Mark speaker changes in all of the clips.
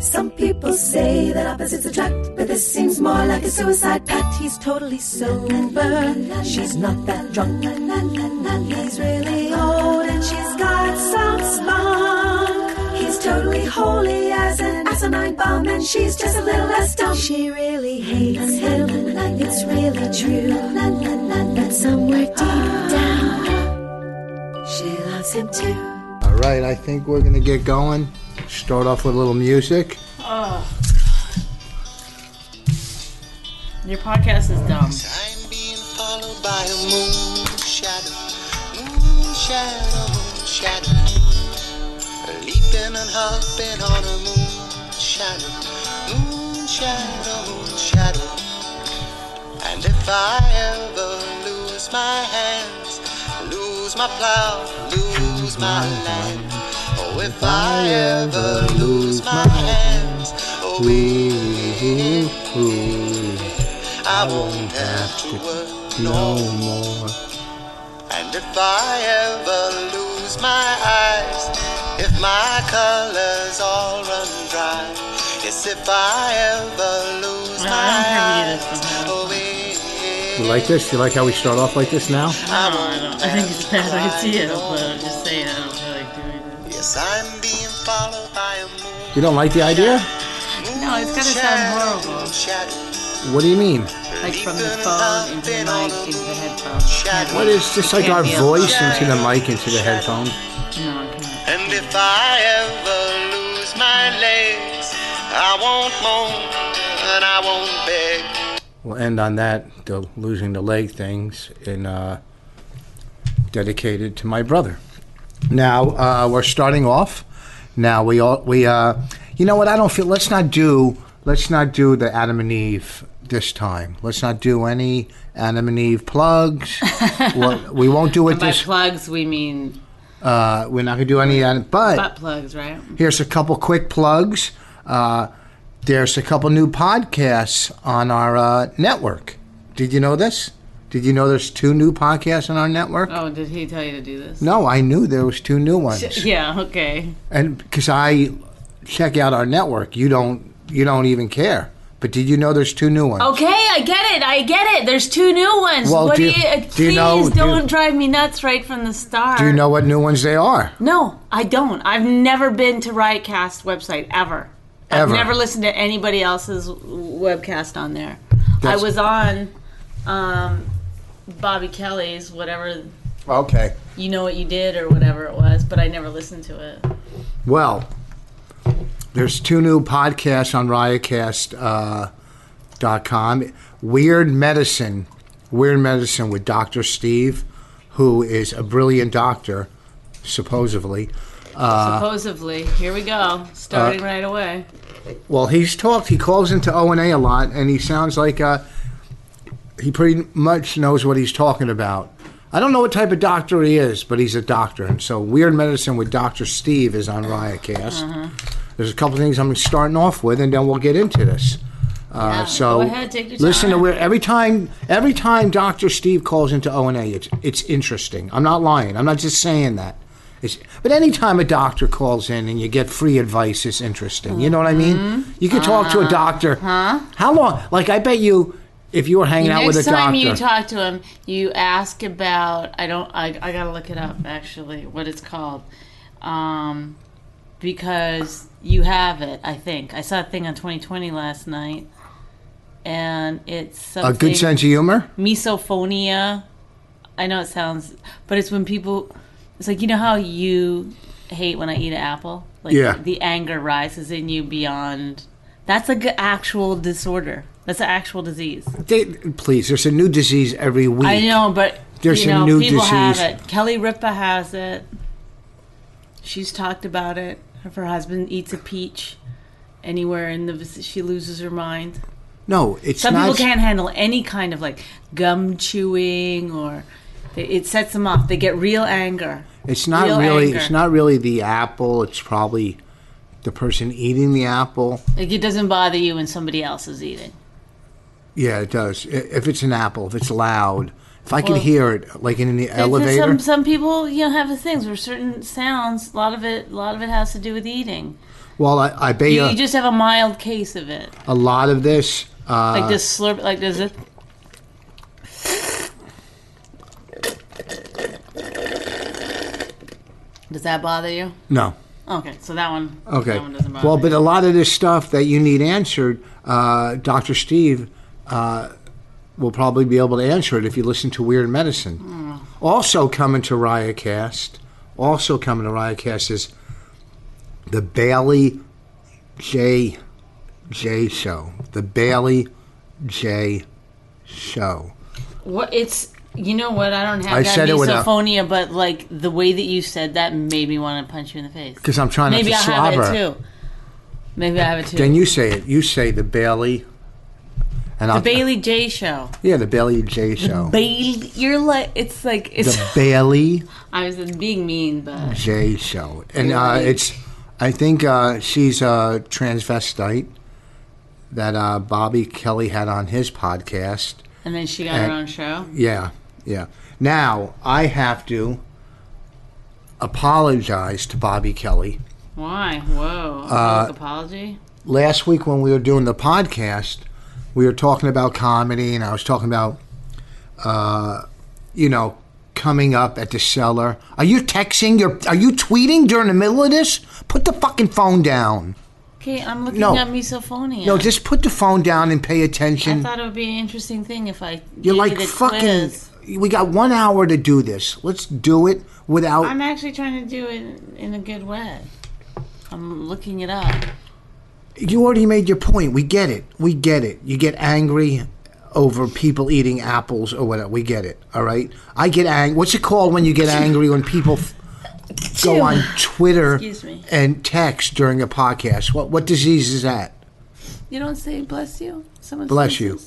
Speaker 1: Some people say that opposites attract, but this seems more like a suicide pact. He's totally sober, she's not that drunk. He's really old and she's got some spunk. He's totally holy as an asinine bomb, and she's just a little less dumb. She really hates him, it's really true. But somewhere deep down, she loves him too.
Speaker 2: All right, I think we're gonna get going. Start off with a little music.
Speaker 3: Your podcast is dumb.
Speaker 4: I'm being followed by a moon shadow, moon shadow, moon shadow. Leaping and hopping on a moon shadow, moon shadow, moon shadow. And if I ever lose my hands, lose my plow, lose my land. Oh, if I ever lose my hands, oh, we. I won't have to work no
Speaker 2: No
Speaker 4: more.
Speaker 2: more.
Speaker 4: And if I ever lose my eyes, if my colors all run dry, yes, if I ever
Speaker 3: I
Speaker 4: lose my
Speaker 3: don't have
Speaker 4: eyes,
Speaker 3: either somehow.
Speaker 4: oh,
Speaker 2: You like this? You like how we start off like this now?
Speaker 3: I don't know. I think it's bad. I can see it, but I'm just saying I don't feel like doing it.
Speaker 4: Yes, I'm being followed by a moon.
Speaker 2: You don't like the idea?
Speaker 3: No, it's gonna sound horrible.
Speaker 4: horrible.
Speaker 2: What do you mean?
Speaker 3: Like from the phone into the mic into the headphones. Can't-
Speaker 2: What is just like
Speaker 3: can't
Speaker 2: our
Speaker 3: be a-
Speaker 2: voice into the mic, into the headphones?
Speaker 3: No, I can't.
Speaker 4: And if I ever lose my legs, I won't moan and I won't beg.
Speaker 2: We'll end on that, the losing the leg things, and uh, dedicated to my brother. Now uh, we're starting off. Now we all we uh, you know what I don't feel. Let's not do let's not do the Adam and Eve this time. Let's not do any Adam and Eve plugs. well, we won't do it
Speaker 3: By
Speaker 2: this.
Speaker 3: plugs, we mean
Speaker 2: Uh, we're not gonna do any. Adam-
Speaker 3: butt plugs, right?
Speaker 2: Here's a couple quick plugs. Uh, there's a couple new podcasts on our uh, network. Did you know this? Did you know there's two new podcasts on our network?
Speaker 3: Oh, did he tell you to do this?
Speaker 2: No, I knew there was two new ones,
Speaker 3: Yeah. Okay.
Speaker 2: and because I check out our network, you don't, you don't even care. But did you know there's two new ones?
Speaker 3: Okay, I get it. I get it. There's two new ones.
Speaker 2: Well,
Speaker 3: what
Speaker 2: do
Speaker 3: do
Speaker 2: you-
Speaker 3: you? uh,
Speaker 2: do you
Speaker 3: please
Speaker 2: know- do you-
Speaker 3: don't drive me nuts right from the start.
Speaker 2: Do you know what new ones they are?
Speaker 3: No, I don't. I've never been to Riotcast website ever.
Speaker 2: Ever.
Speaker 3: I've never listened to anybody else's webcast on there.
Speaker 2: That's-
Speaker 3: I was on um, Bobby Kelly's whatever
Speaker 2: Okay.
Speaker 3: you know what you did or whatever it was, but I never listened to it.
Speaker 2: Well, there's two new podcasts on Riotcast. Uh, dot com. Weird Medicine, Weird Medicine with Doctor Steve, who is a brilliant doctor, supposedly. Uh,
Speaker 3: Supposedly, here we go, starting right away.
Speaker 2: Well, he's talked. He calls into O and A a lot, and he sounds like uh, he pretty much knows what he's talking about. I don't know what type of doctor he is, but he's a doctor. And so, Weird Medicine with Doctor Steve is on Riotcast.
Speaker 3: Uh-huh.
Speaker 2: There's a couple things I'm starting off with, and then we'll get into this. Uh,
Speaker 3: Yeah,
Speaker 2: so
Speaker 3: go ahead, take your
Speaker 2: listen to
Speaker 3: time.
Speaker 2: where every time every time Doctor Steve calls into O and A, it's it's interesting. I'm not lying. I'm not just saying that. It's, but anytime a doctor calls in and you get free advice, it's interesting. You know what I mean?
Speaker 3: Mm-hmm.
Speaker 2: You can talk
Speaker 3: Uh-huh.
Speaker 2: to a doctor. Huh? How long? Like I bet you, if you were hanging out
Speaker 3: Next
Speaker 2: with a
Speaker 3: time
Speaker 2: doctor,
Speaker 3: you talk to him, you ask about I don't I, I gotta look it up actually what it's called, um, because you have it. I think I saw a thing on 2020 last night, and it's
Speaker 2: a
Speaker 3: something,
Speaker 2: good sense of humor.
Speaker 3: misophonia. I know it sounds, but it's when people. It's like you know how you hate when I eat an apple. Like
Speaker 2: Yeah.
Speaker 3: The anger rises in you beyond. That's a g- actual disorder. That's an actual disease.
Speaker 2: They, please, there's a new disease every week.
Speaker 3: I know, but
Speaker 2: There's
Speaker 3: you
Speaker 2: a
Speaker 3: know,
Speaker 2: new
Speaker 3: people have
Speaker 2: disease.
Speaker 3: it. Kelly Ripa has it. She's talked about it. If her husband eats a peach anywhere in the vic- she loses her mind.
Speaker 2: No, it's
Speaker 3: Some
Speaker 2: not.
Speaker 3: people can't handle any kind of like gum chewing or It, it sets them off. They get real anger.
Speaker 2: It's not
Speaker 3: Real
Speaker 2: really.
Speaker 3: anger.
Speaker 2: It's not really the apple. It's probably the person eating the apple.
Speaker 3: Like it doesn't bother you when somebody else is eating.
Speaker 2: Yeah, it does. I- If it's an apple, if it's loud, if I can
Speaker 3: Well,
Speaker 2: hear it, like in the
Speaker 3: It's just
Speaker 2: elevator.
Speaker 3: Some some people you know have the things where certain sounds. A lot of it, a lot of it has to do with eating.
Speaker 2: well, I, I bet
Speaker 3: You,
Speaker 2: you
Speaker 3: you just have a mild case of it,
Speaker 2: a lot of this. Uh,
Speaker 3: like this slurp, like this. it- Does that bother you?
Speaker 2: no.
Speaker 3: Okay, so that one.
Speaker 2: Okay.
Speaker 3: That one doesn't bother.
Speaker 2: Well,
Speaker 3: you.
Speaker 2: but a lot of this stuff that you need answered, uh, Dr. Steve uh, will probably be able to answer it if you listen to Weird Medicine.
Speaker 3: Hmm.
Speaker 2: Also coming to Riotcast, also coming to Riotcast is the Bailey J. J. Show. The Bailey J. Show.
Speaker 3: What it's you know what I don't have
Speaker 2: I
Speaker 3: that
Speaker 2: said it without-
Speaker 3: misophonia, but like the way that you said that made me want to punch you in the face.
Speaker 2: Because I'm trying
Speaker 3: Maybe I
Speaker 2: not to slobber.
Speaker 3: have it too. Maybe I have it too.
Speaker 2: Then you say it. You say the Bailey. And
Speaker 3: the
Speaker 2: I'll,
Speaker 3: Bailey J Show.
Speaker 2: Yeah, the Bailey J. Show.
Speaker 3: Bailey, you're like it's like it's.
Speaker 2: the Bailey.
Speaker 3: I was being mean, but
Speaker 2: Jay show, and uh, it's I think uh, she's a transvestite that uh, Bobby Kelly had on his podcast.
Speaker 3: and then she got
Speaker 2: Eh.
Speaker 3: her own show.
Speaker 2: Yeah, yeah. Now I have to apologize to Bobby Kelly.
Speaker 3: Why? Whoa! A
Speaker 2: Uh,
Speaker 3: public apology.
Speaker 2: Last week when we were doing the podcast, we were talking about comedy, and I was talking about, uh, you know. Coming up at the cellar. Are you texting? Your, are you tweeting during the middle of this? Put the fucking phone down.
Speaker 3: Okay, I'm looking
Speaker 2: No.
Speaker 3: at misophonia.
Speaker 2: No, just put the phone down and pay
Speaker 3: I
Speaker 2: attention.
Speaker 3: thought it would be an interesting thing if I.
Speaker 2: You're
Speaker 3: gave
Speaker 2: like
Speaker 3: you the
Speaker 2: fucking.
Speaker 3: quiz.
Speaker 2: We got one hour to do this. Let's do it without.
Speaker 3: I'm actually trying to do it in a good way. I'm looking it up.
Speaker 2: you already made your point. We get it. We get it. You get angry over people eating apples or whatever. We get it. All right. I get angry. What's it called when you get angry when people f- go on Twitter
Speaker 3: Excuse me.
Speaker 2: and text during a podcast? What what disease is that?
Speaker 3: You don't say bless you. Someone
Speaker 2: Bless
Speaker 3: says
Speaker 2: you.
Speaker 3: this.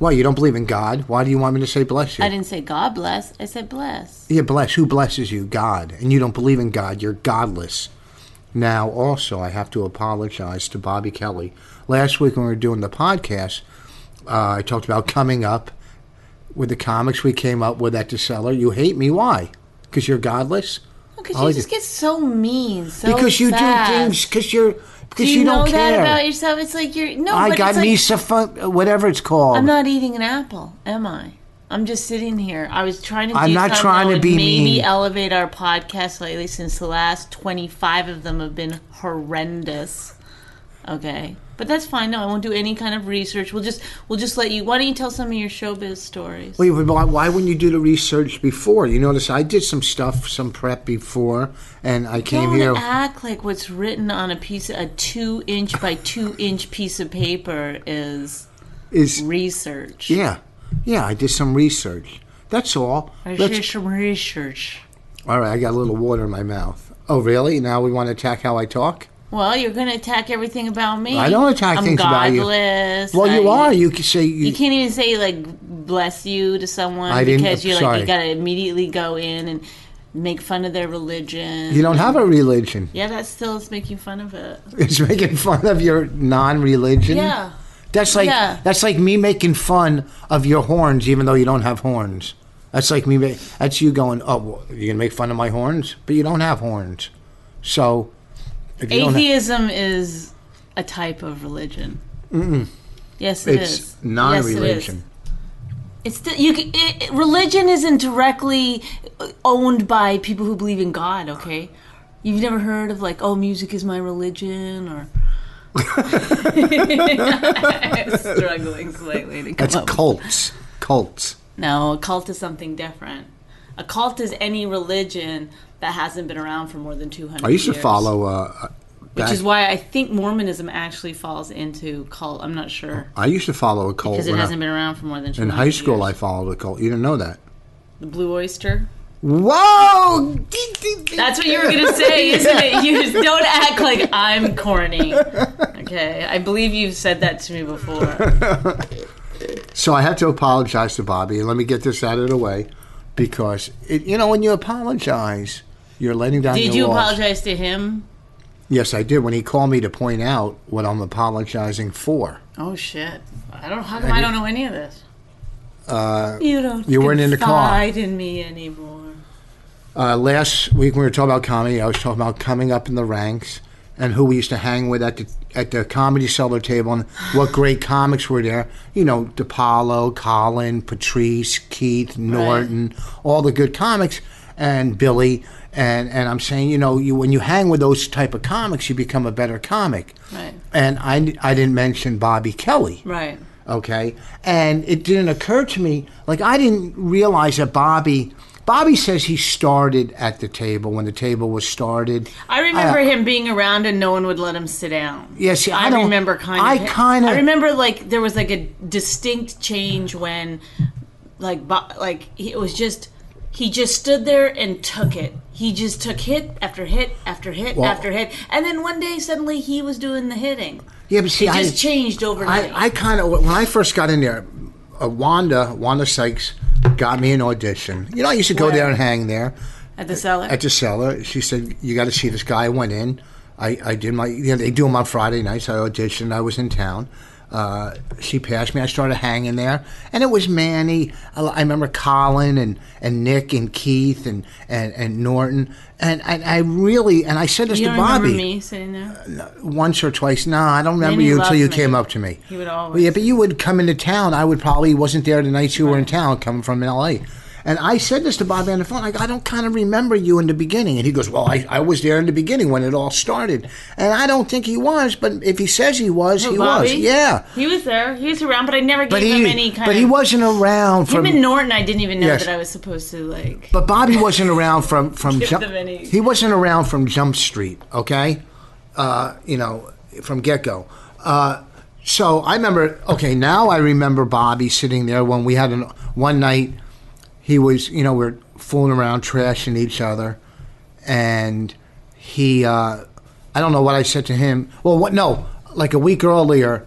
Speaker 2: Well, you don't believe in God. Why do you want me to say bless you?
Speaker 3: I didn't say God bless. I said bless.
Speaker 2: Yeah, bless. Who blesses you? God. And you don't believe in God. You're godless. Now, also, I have to apologize to Bobby Kelly. Last week when we were doing the podcast, uh, I talked about coming up with the comics we came up with at the cellar. You hate me. Why? Because you're godless?
Speaker 3: Because
Speaker 2: All I
Speaker 3: you
Speaker 2: do-
Speaker 3: just get so mean. So
Speaker 2: because you
Speaker 3: fast.
Speaker 2: do things because you're.
Speaker 3: Do
Speaker 2: Because you, don't
Speaker 3: know
Speaker 2: care.
Speaker 3: that about yourself? It's like you're no.
Speaker 2: I
Speaker 3: but
Speaker 2: got
Speaker 3: it's like,
Speaker 2: misophonia, whatever it's called.
Speaker 3: I'm not eating an apple, am I? I'm just sitting here. I was trying to.
Speaker 2: I'm
Speaker 3: do
Speaker 2: not
Speaker 3: something
Speaker 2: trying
Speaker 3: that
Speaker 2: to
Speaker 3: would
Speaker 2: be
Speaker 3: maybe
Speaker 2: mean.
Speaker 3: elevate our podcast lately, since the last 25 of them have been horrendous. Okay, but that's fine. No, I won't do any kind of research. We'll just we'll just let you. Why don't you tell some of your showbiz stories?
Speaker 2: Wait, but why, why wouldn't you do the research before? You notice I did some stuff, some prep before, and I came
Speaker 3: Don't
Speaker 2: here.
Speaker 3: act like what's written on a piece, a two inch by two inch piece of paper is
Speaker 2: Is
Speaker 3: research.
Speaker 2: yeah, yeah. I did some research. That's all.
Speaker 3: I
Speaker 2: Let's-
Speaker 3: did some research.
Speaker 2: all right, I got a little water in my mouth. Oh, really? Now we want to attack how I talk?
Speaker 3: Well, you're going to attack everything about me.
Speaker 2: I don't attack
Speaker 3: I'm
Speaker 2: things about you.
Speaker 3: godless.
Speaker 2: Well, you
Speaker 3: I-
Speaker 2: are. You can say you.
Speaker 3: You can't even say like bless you to someone
Speaker 2: I didn't-
Speaker 3: because you're like
Speaker 2: sorry.
Speaker 3: you got to immediately go in and make fun of their religion.
Speaker 2: you don't have a religion.
Speaker 3: Yeah, that still is making fun of it.
Speaker 2: It's making fun of your non-religion.
Speaker 3: Yeah.
Speaker 2: That's like
Speaker 3: Yeah.
Speaker 2: that's like me making fun of your horns, even though you don't have horns. That's like me. ma- That's you going. Oh, well, you're gonna make fun of my horns, but you don't have horns. So, if you don't have,
Speaker 3: Atheism is a type of religion. Mm-mm. Yes, it is.
Speaker 2: it's non-religion.
Speaker 3: Yes, it is. It's the, you. c- It, it- religion isn't directly owned by people who believe in God. Okay, you've never heard of like, oh, music is my religion, or. struggling slightly to come
Speaker 2: that's
Speaker 3: up.
Speaker 2: cults. Cults.
Speaker 3: No, a cult is something different. A cult is any religion that hasn't been around for more than two hundred.
Speaker 2: I used to
Speaker 3: years.
Speaker 2: follow. Uh, back,
Speaker 3: Which is why I think Mormonism actually falls into cult. I'm not sure
Speaker 2: I used to follow a cult
Speaker 3: because it
Speaker 2: when I-
Speaker 3: hasn't been around for more than
Speaker 2: Oh, in high school. I followed a cult. You didn't know that.
Speaker 3: the Blue Oyster.
Speaker 2: Whoa!
Speaker 3: That's what you were gonna say, isn't it? You just don't act like I'm corny. Okay, I believe you've said that to me before.
Speaker 2: So I have to apologize to Bobby, and let me get this out of the way. because it, you know when you apologize, you're letting down.
Speaker 3: Did
Speaker 2: your
Speaker 3: you
Speaker 2: walls.
Speaker 3: apologize to him?
Speaker 2: Yes, I did. When he called me to point out what I'm apologizing for,
Speaker 3: Oh shit! I don't. How come I don't know any of this? Uh, you don't.
Speaker 2: you weren't in the car.
Speaker 3: confide in me anymore.
Speaker 2: uh, last week when we were talking about comedy, I was talking about coming up in the ranks and who we used to hang with at the at the comedy cellar table and what great comics were there. You know, DePaulo, Colin, Patrice, Keith, Norton, all the good comics, and Billy. And and I'm saying, you know, you when you hang with those type of comics, you become a better comic.
Speaker 3: Right.
Speaker 2: And I, I didn't mention Bobby Kelly
Speaker 3: Right.
Speaker 2: okay and it didn't occur to me like i didn't realize that bobby bobby says he started at the table when the table was started Uh,
Speaker 3: I remember him being around and no one would let him sit down.
Speaker 2: Yeah, see, I don't-
Speaker 3: remember kind of.
Speaker 2: I kinda-
Speaker 3: I remember like there was like a distinct change when, like, Bo- like he- it was just he just stood there and took it. He just took hit after hit after hit after hit, and then one day suddenly he was doing the hitting.
Speaker 2: yeah but see
Speaker 3: It
Speaker 2: i
Speaker 3: just changed overnight.
Speaker 2: I, I kind of when I first got in there, uh, Wanda Wanda Sykes got me an audition. You know, I used to go
Speaker 3: Where?
Speaker 2: there and hang there
Speaker 3: at the cellar.
Speaker 2: at the cellar. She said, "You got to see this guy." I went in. I, I did my you know, they do them on Friday nights. I auditioned. I was in town. Uh, she passed me. I started hanging there, and it was Manny. I, I remember Colin and, and Nick and Keith and, and, and Norton, and, and I really and I said this
Speaker 3: you
Speaker 2: to
Speaker 3: don't
Speaker 2: Bobby Uh,
Speaker 3: remember me sitting there?
Speaker 2: once or twice. No, I don't remember
Speaker 3: Then he
Speaker 2: you
Speaker 3: loved
Speaker 2: until you
Speaker 3: me.
Speaker 2: came up to me.
Speaker 3: He would always-
Speaker 2: Well, yeah, but you would come into town. I would probably wasn't there the nights you were in town, coming from L.A. And I said this to Bobby on the phone. Like, I don't kind of remember you in the beginning. And he goes, Well, I, I was there in the beginning when it all started. And I don't think he was, but if he says he was, he was.
Speaker 3: Bobby?
Speaker 2: Yeah.
Speaker 3: He was there. He was around, but I never gave
Speaker 2: But
Speaker 3: him
Speaker 2: he,
Speaker 3: any kind.
Speaker 2: but
Speaker 3: of,
Speaker 2: he wasn't around
Speaker 3: Him
Speaker 2: from.
Speaker 3: and Norton, I didn't even know
Speaker 2: Yes.
Speaker 3: that I was supposed to like.
Speaker 2: But Bobby wasn't around from from
Speaker 3: Give
Speaker 2: jump.
Speaker 3: them any.
Speaker 2: He wasn't around from Jump Street. Okay, uh, you know, from get go. Uh, so I remember. Okay, now I remember Bobby sitting there when we had an one night. He was, you know, we're fooling around, trashing each other, and he. Uh, I don't know what I said to him. Well, what? No, like a week earlier.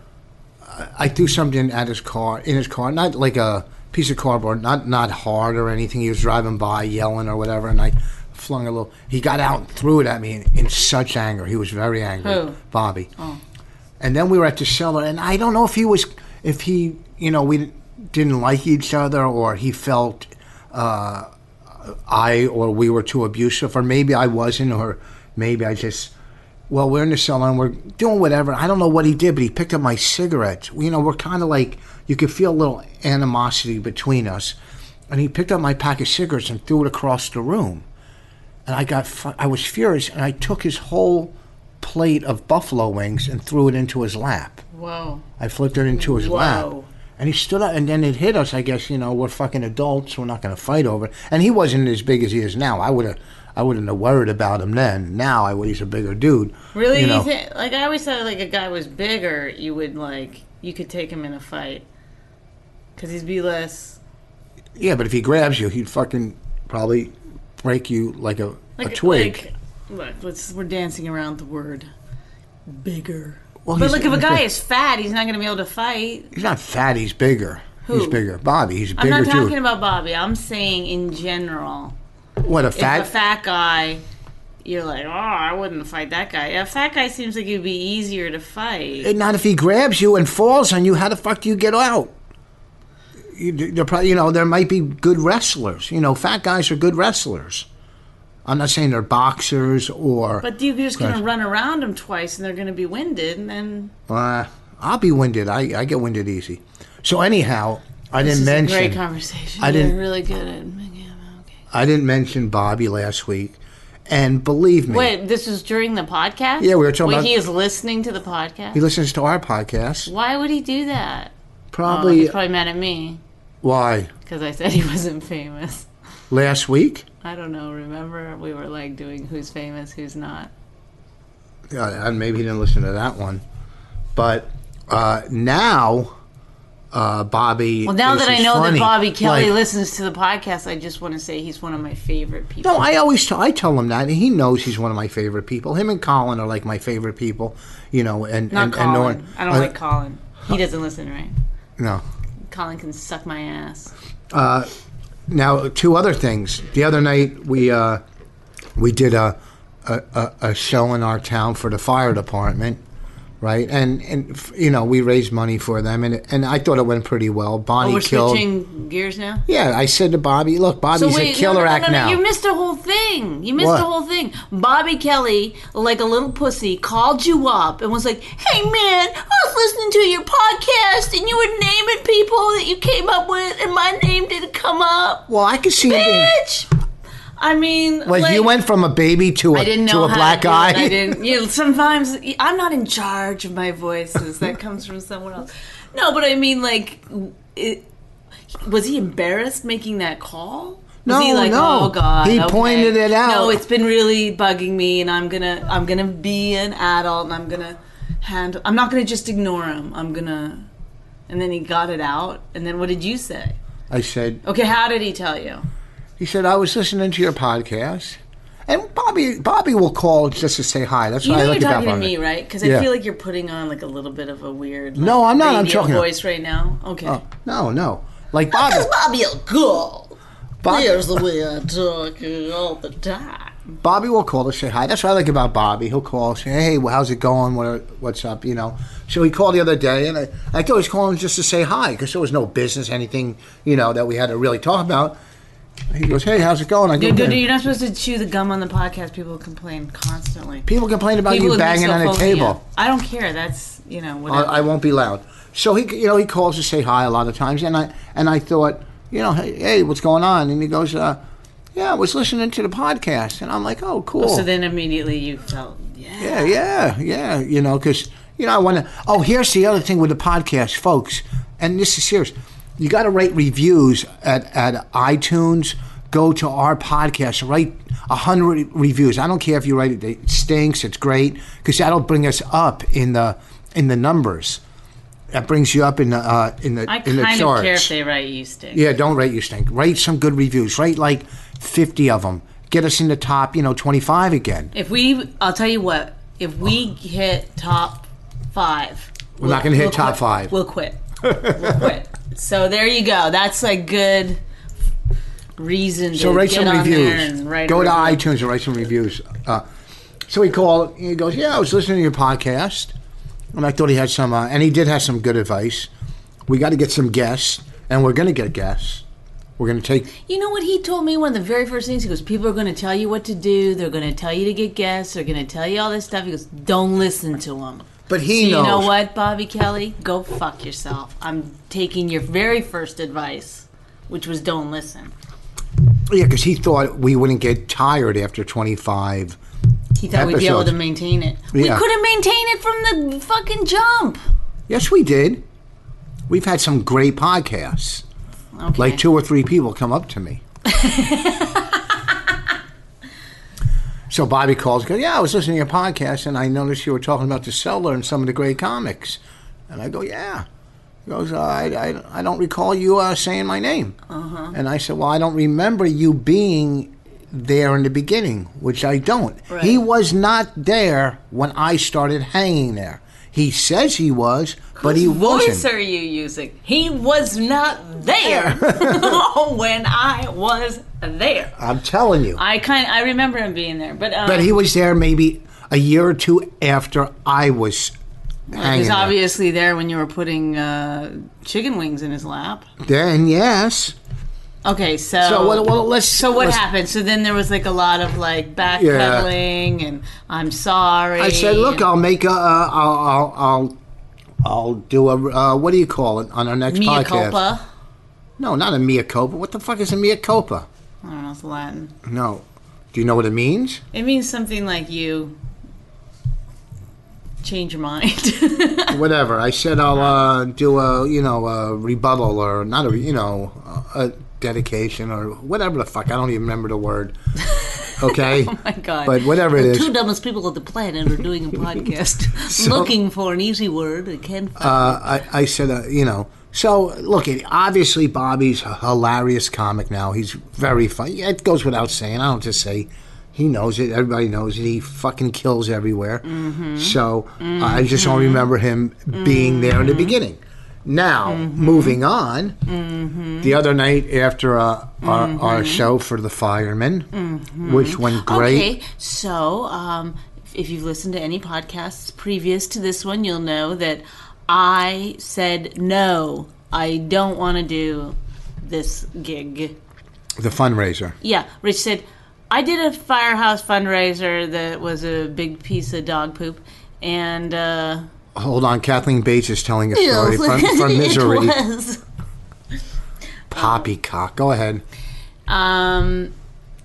Speaker 2: I threw something at his car, in his car, not like a piece of cardboard, not not hard or anything. He was driving by, yelling or whatever, and I flung a little. He got out and threw it at me in, in such anger. He was very angry,
Speaker 3: Who?
Speaker 2: Bobby. And then we were at the cellar, and I don't know if he was, if he, you know, we didn't like each other, or he felt uh, I or we were too abusive, or maybe I wasn't, or maybe I just well, we're in the cellar and we're doing whatever. I don't know what he did, but he picked up my cigarettes. You know, we're kind of like, you could feel a little animosity between us. And he picked up my pack of cigarettes and threw it across the room. And I got, fu- I was furious, and I took his whole plate of buffalo wings and threw it into his lap.
Speaker 3: Whoa.
Speaker 2: I flipped it into his lap.
Speaker 3: Whoa.
Speaker 2: And he stood up, and then it hit us. I guess you know we're fucking adults. We're not going to fight over. it. And he wasn't as big as he is now. I would have, I wouldn't have worried about him then. Now I would. He's a bigger dude.
Speaker 3: Really?
Speaker 2: You
Speaker 3: You
Speaker 2: know,
Speaker 3: thi- like I always thought, like a guy was bigger, you would like you could take him in a fight because he'd be less.
Speaker 2: yeah, but if he grabs you, he'd fucking probably break you like a,
Speaker 3: Like,
Speaker 2: a twig.
Speaker 3: Like, look, let's, we're dancing around the word bigger.
Speaker 2: well,
Speaker 3: But
Speaker 2: he's-
Speaker 3: look, if a guy is fat, he's not going to be able to fight.
Speaker 2: he's not fat. He's bigger. He's
Speaker 3: Who?
Speaker 2: bigger. Bobby. He's a
Speaker 3: I'm
Speaker 2: bigger
Speaker 3: not talking
Speaker 2: dude.
Speaker 3: about Bobby. I'm saying in general,
Speaker 2: what a
Speaker 3: if
Speaker 2: fat.
Speaker 3: a fat guy, you're like, oh, I wouldn't fight that guy. A fat guy seems like it'd be easier to fight.
Speaker 2: not if he grabs you and falls on you. How the fuck do you get out? You, they're probably, you know, there might be good wrestlers. You know, fat guys are good wrestlers. I'm not saying they're boxers or.
Speaker 3: but you're just going to
Speaker 2: Right.
Speaker 3: run around him twice, and they're going to be winded, and then.
Speaker 2: Uh, I'll be winded. I, I get winded easy. So anyhow, I didn't
Speaker 3: This is
Speaker 2: mention.
Speaker 3: a great conversation.
Speaker 2: I
Speaker 3: I
Speaker 2: didn't-
Speaker 3: didn't really good at. Yeah, okay.
Speaker 2: I didn't mention Bobby last week, and believe me,
Speaker 3: Wait, this was during the podcast.
Speaker 2: Yeah, we were talking
Speaker 3: Wait,
Speaker 2: about-
Speaker 3: he is listening to the podcast.
Speaker 2: he listens to our podcast.
Speaker 3: Why would he do that? Oh,
Speaker 2: Probably
Speaker 3: he's probably mad at me
Speaker 2: why
Speaker 3: because I said he wasn't famous.
Speaker 2: last week.
Speaker 3: I don't know. Remember, we were like doing who's famous, who's not.
Speaker 2: uh, and maybe he didn't listen to that one. But uh, now, uh, Bobby.
Speaker 3: Well, now
Speaker 2: is-
Speaker 3: that I
Speaker 2: is
Speaker 3: know
Speaker 2: funny.
Speaker 3: that Bobby Kelly
Speaker 2: Like,
Speaker 3: listens to the podcast, I just want to say he's one of my favorite people.
Speaker 2: No, I always t- I tell him that, and he knows he's one of my favorite people. Him and Colin are like my favorite people, you know. And
Speaker 3: not
Speaker 2: and,
Speaker 3: Colin.
Speaker 2: and Norton-
Speaker 3: I don't
Speaker 2: uh,
Speaker 3: like Colin. He doesn't listen, right?
Speaker 2: No,
Speaker 3: Colin can suck my ass.
Speaker 2: Now, two other things. The other night we uh, we did a, a a- a show in our town for the fire department, right? And and f- you know we raised money for them, and and I thought it went pretty well. Bonnie
Speaker 3: Oh, we're
Speaker 2: killed.
Speaker 3: switching gears now.
Speaker 2: Yeah, I said to Bobby, "Look, Bobby's a killer
Speaker 3: no, no, no,
Speaker 2: act
Speaker 3: no,
Speaker 2: now."
Speaker 3: You missed the whole thing. You missed
Speaker 2: What?
Speaker 3: the whole thing. Bobby Kelly, like a little pussy, called you up and was like, "Hey man, I was listening to your podcast and you were naming people that you came up with, and my name didn't come up,
Speaker 2: well, I could see him being.
Speaker 3: bitch." I mean,
Speaker 2: Like, you went from a baby to a
Speaker 3: I didn't
Speaker 2: to
Speaker 3: know
Speaker 2: a
Speaker 3: how
Speaker 2: black
Speaker 3: to do
Speaker 2: guy.
Speaker 3: It. I didn't. You know, sometimes I'm not in charge of my voices. That comes from someone else. No, but I mean, like, it, was he embarrassed making that call?
Speaker 2: No,
Speaker 3: was he like,
Speaker 2: no.
Speaker 3: Oh God,
Speaker 2: He
Speaker 3: okay.
Speaker 2: pointed it out.
Speaker 3: No, it's been really bugging me, and I'm gonna, I'm gonna be an adult, and I'm gonna handle. I'm not gonna just ignore him. I'm gonna. And then he got it out. And then what did you say?
Speaker 2: I said,
Speaker 3: Okay, how did he tell you?
Speaker 2: He said, "I was listening to your podcast." And Bobby, Bobby will call just to say hi. That's
Speaker 3: You
Speaker 2: what I
Speaker 3: know
Speaker 2: like
Speaker 3: you're
Speaker 2: about
Speaker 3: talking to
Speaker 2: Bobby.
Speaker 3: me, right? Because
Speaker 2: Yeah.
Speaker 3: I feel like you're putting on like a little bit of a weird.
Speaker 2: No,
Speaker 3: like,
Speaker 2: I'm not. I'm
Speaker 3: radio
Speaker 2: talking Oh. to-
Speaker 3: voice right now. Okay.
Speaker 2: No, no. Like Bobby,
Speaker 3: Bobby a girl.
Speaker 2: Bobby,
Speaker 3: There's the way I talk all the time.
Speaker 2: Bobby will call to say hi. That's what I like about Bobby. He'll call, say, "Hey, well, how's it going? What, what's up?" You know. So he called the other day, and I, I thought he was calling just to say hi because there was no business, anything you know that we had to really talk about. He goes, "Hey, how's it going?" I go,
Speaker 3: Dude, dude,
Speaker 2: "Good."
Speaker 3: you're not supposed to chew the gum on the podcast. People complain constantly.
Speaker 2: People complain about
Speaker 3: People
Speaker 2: you
Speaker 3: with
Speaker 2: banging on a
Speaker 3: misophonia.
Speaker 2: table.
Speaker 3: I don't care. That's you know
Speaker 2: I,
Speaker 3: whatever.
Speaker 2: I won't be loud. So he, you know, he calls to say hi a lot of times, and I and I thought, you know, hey, hey what's going on? And he goes, uh, yeah, I was listening to the podcast, and I'm like, oh, cool.
Speaker 3: so then immediately you felt yeah.
Speaker 2: yeah, yeah, yeah, you know, because you know, I want to. Oh, here's the other thing with the podcast, folks, and this is serious. You got to rate reviews at at iTunes. Go to our podcast, write a hundred reviews. I don't care if you write it; it stinks. It's great because that'll bring us up in the in the numbers. That brings you up in the uh, in the
Speaker 3: I
Speaker 2: in the
Speaker 3: kind of
Speaker 2: charts.
Speaker 3: care if they write you stink.
Speaker 2: Yeah, don't rate you stink. Write some good reviews. Write like fifty of them. Get us in the top, you know, twenty five again.
Speaker 3: If we, I'll tell you what. If we hit top five,
Speaker 2: Uh-huh. We're not gonna hit top
Speaker 3: quit.
Speaker 2: five.
Speaker 3: We'll quit. we'll quit. So there you go. That's a good reason. To
Speaker 2: So write
Speaker 3: get
Speaker 2: some
Speaker 3: on there
Speaker 2: reviews.
Speaker 3: and write a
Speaker 2: Go to
Speaker 3: review.
Speaker 2: iTunes and write some reviews. Uh, so he called. He goes, "Yeah, I was listening to your podcast, and I thought he had some, uh, and he did have some good advice. We got to get some guests, and we're going to get guests. We're going to take
Speaker 3: You know what he told me? One of the very first things he goes, People are going to tell you what to do. They're going to tell you to get guests. They're going to tell you all this stuff. He goes, Don't listen to them.
Speaker 2: But he
Speaker 3: so You know
Speaker 2: knows.
Speaker 3: what, Bobby Kelly? Go fuck yourself. I'm taking your very first advice, which was don't listen.
Speaker 2: yeah, because he thought we wouldn't get tired after twenty five.
Speaker 3: He thought we'd be able
Speaker 2: Episodes.
Speaker 3: to maintain it.
Speaker 2: Yeah.
Speaker 3: We couldn't maintain it from the fucking jump.
Speaker 2: Yes, we did. We've had some great podcasts.
Speaker 3: Okay.
Speaker 2: Like two or three people come up to me. so Bobby calls, goes, Yeah, I was listening to your podcast and I noticed you were talking about the seller and some of the great comics. And I go, Yeah. He goes, "Uh, I, I, I don't recall you uh, saying my name.
Speaker 3: Uh-huh.
Speaker 2: And I said, Well, I don't remember you being there in the beginning, which I don't. He
Speaker 3: Right.
Speaker 2: was not there when I started hanging there. He says he was, but he wasn't.
Speaker 3: voice are you using? He was not there when I was there.
Speaker 2: I'm telling you.
Speaker 3: I kind I remember him being there, but um,
Speaker 2: But he was there maybe a year or two after I was
Speaker 3: he
Speaker 2: hanging.
Speaker 3: was
Speaker 2: there.
Speaker 3: obviously there when you were putting uh, chicken wings in his lap.
Speaker 2: Then yes.
Speaker 3: Okay, so
Speaker 2: So what? Well, let's.
Speaker 3: so what
Speaker 2: let's-
Speaker 3: happened? So then there was like a lot of like backpedaling and I'm sorry.
Speaker 2: I said, look,
Speaker 3: and-
Speaker 2: I'll make a, uh, I'll, I'll, I'll, I'll do a, uh, what do you call it on our next
Speaker 3: mea
Speaker 2: podcast?
Speaker 3: culpa.
Speaker 2: No, not a mea culpa. What the fuck is a mea culpa?
Speaker 3: I don't know, it's Latin.
Speaker 2: No. Do you know what it means?
Speaker 3: It means something like you change your mind.
Speaker 2: Whatever. I said I'll uh, do a, you know, a rebuttal or not a, you know, a dedication or whatever the fuck. I don't even remember the word. Okay.
Speaker 3: Oh My God.
Speaker 2: But whatever it
Speaker 3: the
Speaker 2: is.
Speaker 3: Two dumbest people on the planet are doing a podcast looking for an easy word. I can't find
Speaker 2: uh, I, I said, uh, you know. So look, it, obviously Bobby's a hilarious comic now. He's very funny. Yeah, it goes without saying. I don't just say. He knows it. Everybody knows it. He fucking kills everywhere. So I just don't remember him being there in the beginning. Now, moving on. The other night after uh, our, our show for the firemen, which went great.
Speaker 3: Okay, so um, if you've listened to any podcasts previous to this one, you'll know that I said no. I don't want to do this gig.
Speaker 2: The fundraiser.
Speaker 3: Yeah, Rich said I did a firehouse fundraiser that was a big piece of dog poop, and uh,
Speaker 2: Hold on, Kathleen Bates is telling a story
Speaker 3: it
Speaker 2: from, from Misery.
Speaker 3: was.
Speaker 2: Poppycock. Go ahead.
Speaker 3: Um,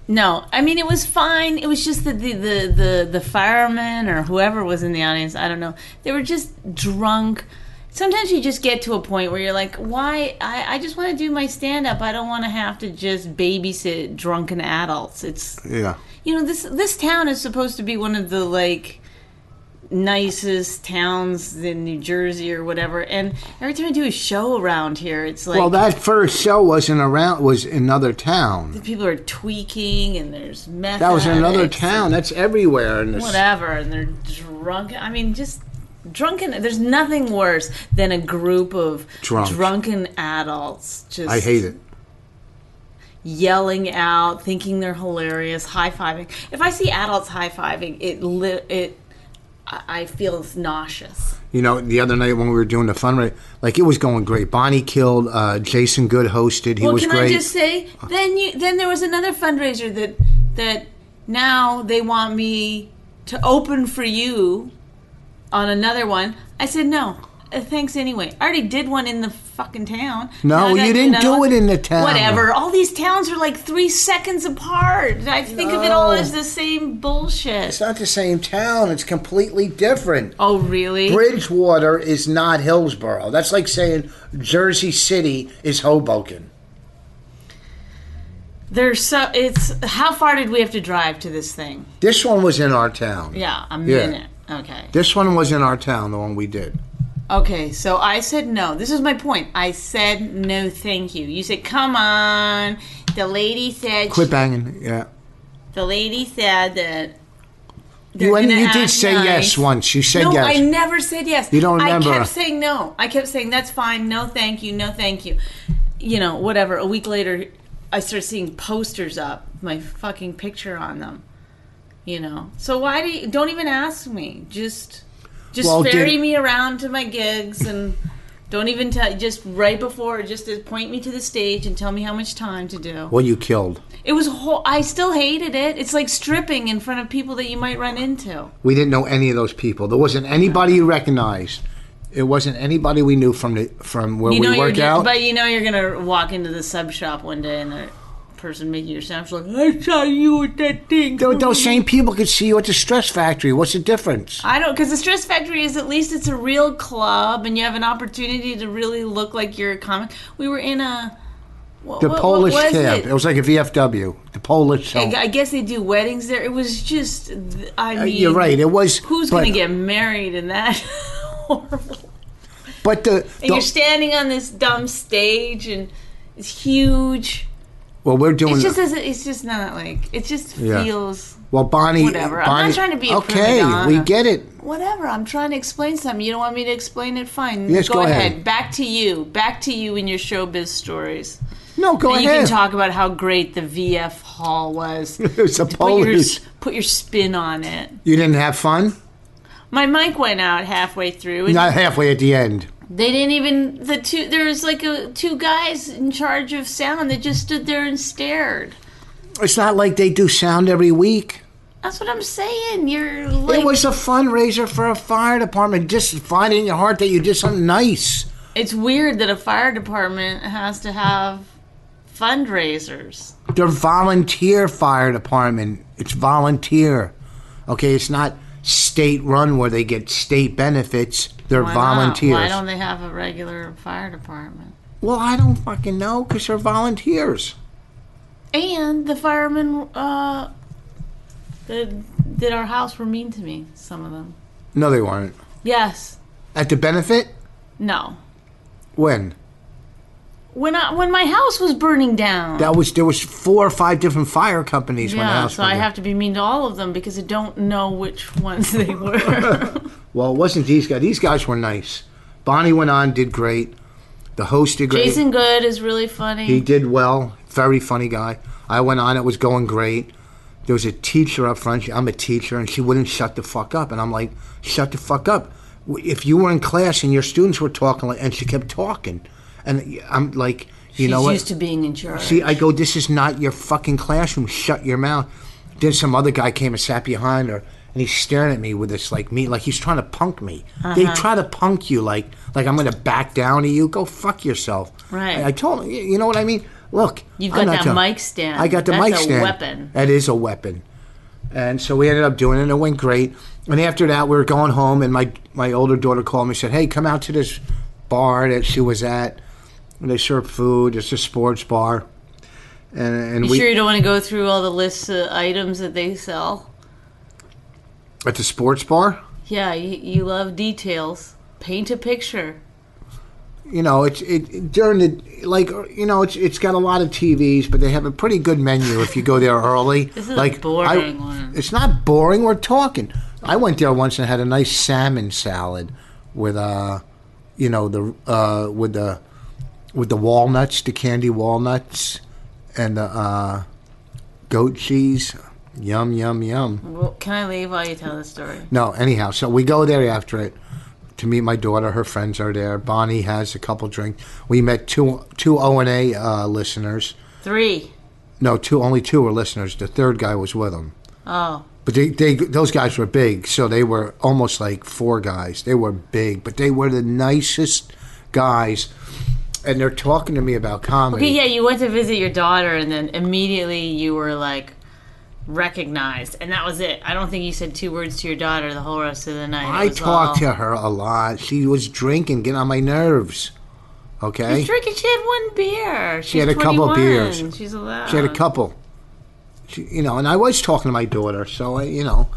Speaker 3: no, I mean it was fine. It was just that the, the the the firemen or whoever was in the audience, I don't know, they were just drunk. Sometimes you just get to a point where you're like, why? I, I just want to do my stand up. I don't want to have to just babysit drunken adults. It's
Speaker 2: Yeah.
Speaker 3: you know this this town is supposed to be one of the like nicest towns in New Jersey or whatever. And every time I do a show around here, it's like
Speaker 2: Well, that first show wasn't around. Was in another town.
Speaker 3: people are tweaking and there's meth.
Speaker 2: That was in another
Speaker 3: addicts and
Speaker 2: town. That's everywhere in this.
Speaker 3: Whatever, and they're drunk. I mean, just drunken. There's nothing worse than a group of
Speaker 2: Drunk.
Speaker 3: drunken adults just
Speaker 2: I hate it.
Speaker 3: yelling out, thinking they're hilarious, high fiving. If I see adults high fiving, it li- it I I feel nauseous.
Speaker 2: You know, the other night when we were doing the fundraiser, like it was going great. Bonnie killed. Uh, Jason Good hosted. He
Speaker 3: well,
Speaker 2: was
Speaker 3: can
Speaker 2: great.
Speaker 3: I just say? Then you then there was another fundraiser that that now they want me to open for you on another one. I said no. Uh, thanks anyway. I already did one in the fucking town. Now I
Speaker 2: you
Speaker 3: gotta
Speaker 2: didn't
Speaker 3: another
Speaker 2: do
Speaker 3: one.
Speaker 2: it in the town.
Speaker 3: Whatever. All these towns are like three seconds apart. I think of it all
Speaker 2: No.
Speaker 3: as the same bullshit.
Speaker 2: it's not the same town. It's completely different.
Speaker 3: oh really?
Speaker 2: Bridgewater is not Hillsborough. That's like saying Jersey City is Hoboken.
Speaker 3: There's so it's how far did we have to drive to this thing?
Speaker 2: This one was in our town.
Speaker 3: Yeah, a
Speaker 2: Yeah.
Speaker 3: minute. Okay.
Speaker 2: This one was in our town. The one we did.
Speaker 3: Okay, so I said no. This is my point. I said no, thank you. You said, come on. The lady said.
Speaker 2: Quit banging. Yeah.
Speaker 3: The lady said that.
Speaker 2: You, and
Speaker 3: gonna
Speaker 2: you did
Speaker 3: act
Speaker 2: say yes
Speaker 3: nice.
Speaker 2: once. You said
Speaker 3: No,
Speaker 2: yes.
Speaker 3: I never said yes.
Speaker 2: You don't remember.
Speaker 3: I kept saying no. I kept saying that's fine. No, thank you. No, thank you. You know, whatever. A week later, I started seeing posters up, with my fucking picture on them. You know, so why do you don't even ask me? Just, just
Speaker 2: Well, did-
Speaker 3: ferry me around to my gigs and don't even tell. Just right before, just to point me to the stage and tell me how much time to do.
Speaker 2: well, you killed.
Speaker 3: It was. Whole, I still hated it. It's like stripping in front of people that you might run into.
Speaker 2: We didn't know any of those people. There wasn't anybody you recognized. It wasn't anybody we knew from the from where
Speaker 3: You know
Speaker 2: we
Speaker 3: you're
Speaker 2: worked
Speaker 3: do-
Speaker 2: out.
Speaker 3: but you know you're gonna walk into the sub shop one day and the person making your sandwich like, "I saw you at that thing."
Speaker 2: Tho- those same people could see you at the stress factory. What's the difference?
Speaker 3: I don't because the Stress Factory is at least it's a real club and you have an opportunity to really look like you're a comic. We were in a what,
Speaker 2: The
Speaker 3: what- what
Speaker 2: Polish
Speaker 3: was
Speaker 2: camp.
Speaker 3: it?
Speaker 2: It? was like a VFW. The Polish.
Speaker 3: I,
Speaker 2: home. Uh,
Speaker 3: gu- I guess they do weddings there. It was just, th- I mean,
Speaker 2: You're right. It was.
Speaker 3: Who's
Speaker 2: but,
Speaker 3: gonna get married in that? horrible?
Speaker 2: But the,
Speaker 3: And you're
Speaker 2: the-
Speaker 3: standing on this dumb stage and it's huge.
Speaker 2: well, we're doing.
Speaker 3: It's just as it's just not like it just
Speaker 2: Yeah.
Speaker 3: feels
Speaker 2: well, Bonnie.
Speaker 3: whatever. I'm not
Speaker 2: Bonnie-
Speaker 3: trying to be a
Speaker 2: Okay,
Speaker 3: prima
Speaker 2: we
Speaker 3: donna.
Speaker 2: get it.
Speaker 3: whatever. I'm trying to explain something. You don't want me to explain it? Fine.
Speaker 2: Yes, go ahead.
Speaker 3: Back to you. Back to you in your showbiz stories.
Speaker 2: No, go
Speaker 3: And you
Speaker 2: ahead.
Speaker 3: can talk about how great the VF Hall was.
Speaker 2: It's a
Speaker 3: put your,
Speaker 2: Polish.
Speaker 3: put your spin on it.
Speaker 2: You didn't have fun.
Speaker 3: My mic went out halfway through, and
Speaker 2: Not halfway at the end.
Speaker 3: they didn't even the two. There was like a, two guys in charge of sound that just stood there and stared.
Speaker 2: It's not like they do sound every week.
Speaker 3: That's what I'm saying. You're like
Speaker 2: it was a fundraiser for a fire department. Just find it in your heart that you did something nice.
Speaker 3: It's weird that a fire department has to have fundraisers.
Speaker 2: They're volunteer fire department. It's volunteer. Okay, it's not state run where they get state benefits. They're
Speaker 3: Why not?
Speaker 2: volunteers.
Speaker 3: Why don't they have a regular fire department?
Speaker 2: well, I don't fucking know because they're volunteers.
Speaker 3: And the firemen uh, that did our house were mean to me. Some of them.
Speaker 2: No, they weren't.
Speaker 3: Yes.
Speaker 2: At the benefit?
Speaker 3: No.
Speaker 2: When?
Speaker 3: When I when my house was burning down.
Speaker 2: That was there was four or five different fire companies when the
Speaker 3: yeah,
Speaker 2: house
Speaker 3: so
Speaker 2: went
Speaker 3: I
Speaker 2: down.
Speaker 3: have to be mean to all of them because I don't know which ones they were.
Speaker 2: Well, it wasn't these guys. These guys were nice. Bonnie went on, did great. The host did great.
Speaker 3: Jason Good is really funny.
Speaker 2: He did well. Very funny guy. I went on. It was going great. There was a teacher up front. She- I'm a teacher, and she wouldn't shut the fuck up. And I'm like, shut the fuck up. W- If you were in class and your students were talking, like, and she kept talking, and I'm like, you
Speaker 3: She's
Speaker 2: know what?
Speaker 3: used to being in charge.
Speaker 2: See, I go, this is not your fucking classroom. Shut your mouth. Then some other guy came and sat behind her, and he's staring at me with this like me, like he's trying to punk me. They
Speaker 3: Uh-huh.
Speaker 2: try to punk you, like like I'm gonna back down to you. Go fuck yourself.
Speaker 3: Right.
Speaker 2: I, I told him, you know what I mean. Look,
Speaker 3: You've
Speaker 2: I'm
Speaker 3: got
Speaker 2: not
Speaker 3: that
Speaker 2: trying-
Speaker 3: mic stand.
Speaker 2: I got the
Speaker 3: That's
Speaker 2: mic
Speaker 3: a
Speaker 2: stand.
Speaker 3: weapon.
Speaker 2: That is a weapon. And so we ended up doing it, and it went great. And after that, we were going home, and my my older daughter called me and said, "Hey, come out to this bar that she was at. And they serve food. It's a sports bar." And, and
Speaker 3: you
Speaker 2: we
Speaker 3: sure you don't want to go through all the lists of items that they sell?
Speaker 2: at the sports bar.
Speaker 3: Yeah, you, you love details. Paint a picture.
Speaker 2: You know, it's it during the like you know it's it's got a lot of TVs, but they have a pretty good menu if you go there early.
Speaker 3: This is
Speaker 2: like I-
Speaker 3: boring one.
Speaker 2: It's not boring. We're talking. I went there once and had a nice salmon salad with uh, you know the uh with the with the walnuts, the candy walnuts, and the uh, goat cheese. Yum yum yum.
Speaker 3: Well, can I leave while you tell the story?
Speaker 2: No, anyhow, so we go there after it to meet my daughter. Her friends are there. Bonnie has a couple drinks. We met two two O and A uh, listeners.
Speaker 3: Three.
Speaker 2: No, two only two were listeners. The third guy was with them.
Speaker 3: Oh,
Speaker 2: But they, they those guys were big, so they were almost like four guys. They were big, but they were the nicest guys. And they're talking to me about comedy.
Speaker 3: Okay, yeah, you went to visit your daughter, and then immediately you were like recognized, and that was it. I don't think you said two words to your daughter the whole rest of the night.
Speaker 2: I talked to her a lot. She was drinking, getting on my nerves. Okay,
Speaker 3: She's drinking. She had one beer. She's
Speaker 2: had a couple of
Speaker 3: 21.
Speaker 2: beers.
Speaker 3: She's allowed.
Speaker 2: She had a couple. She, you know, and I was talking to my daughter, so I, you know,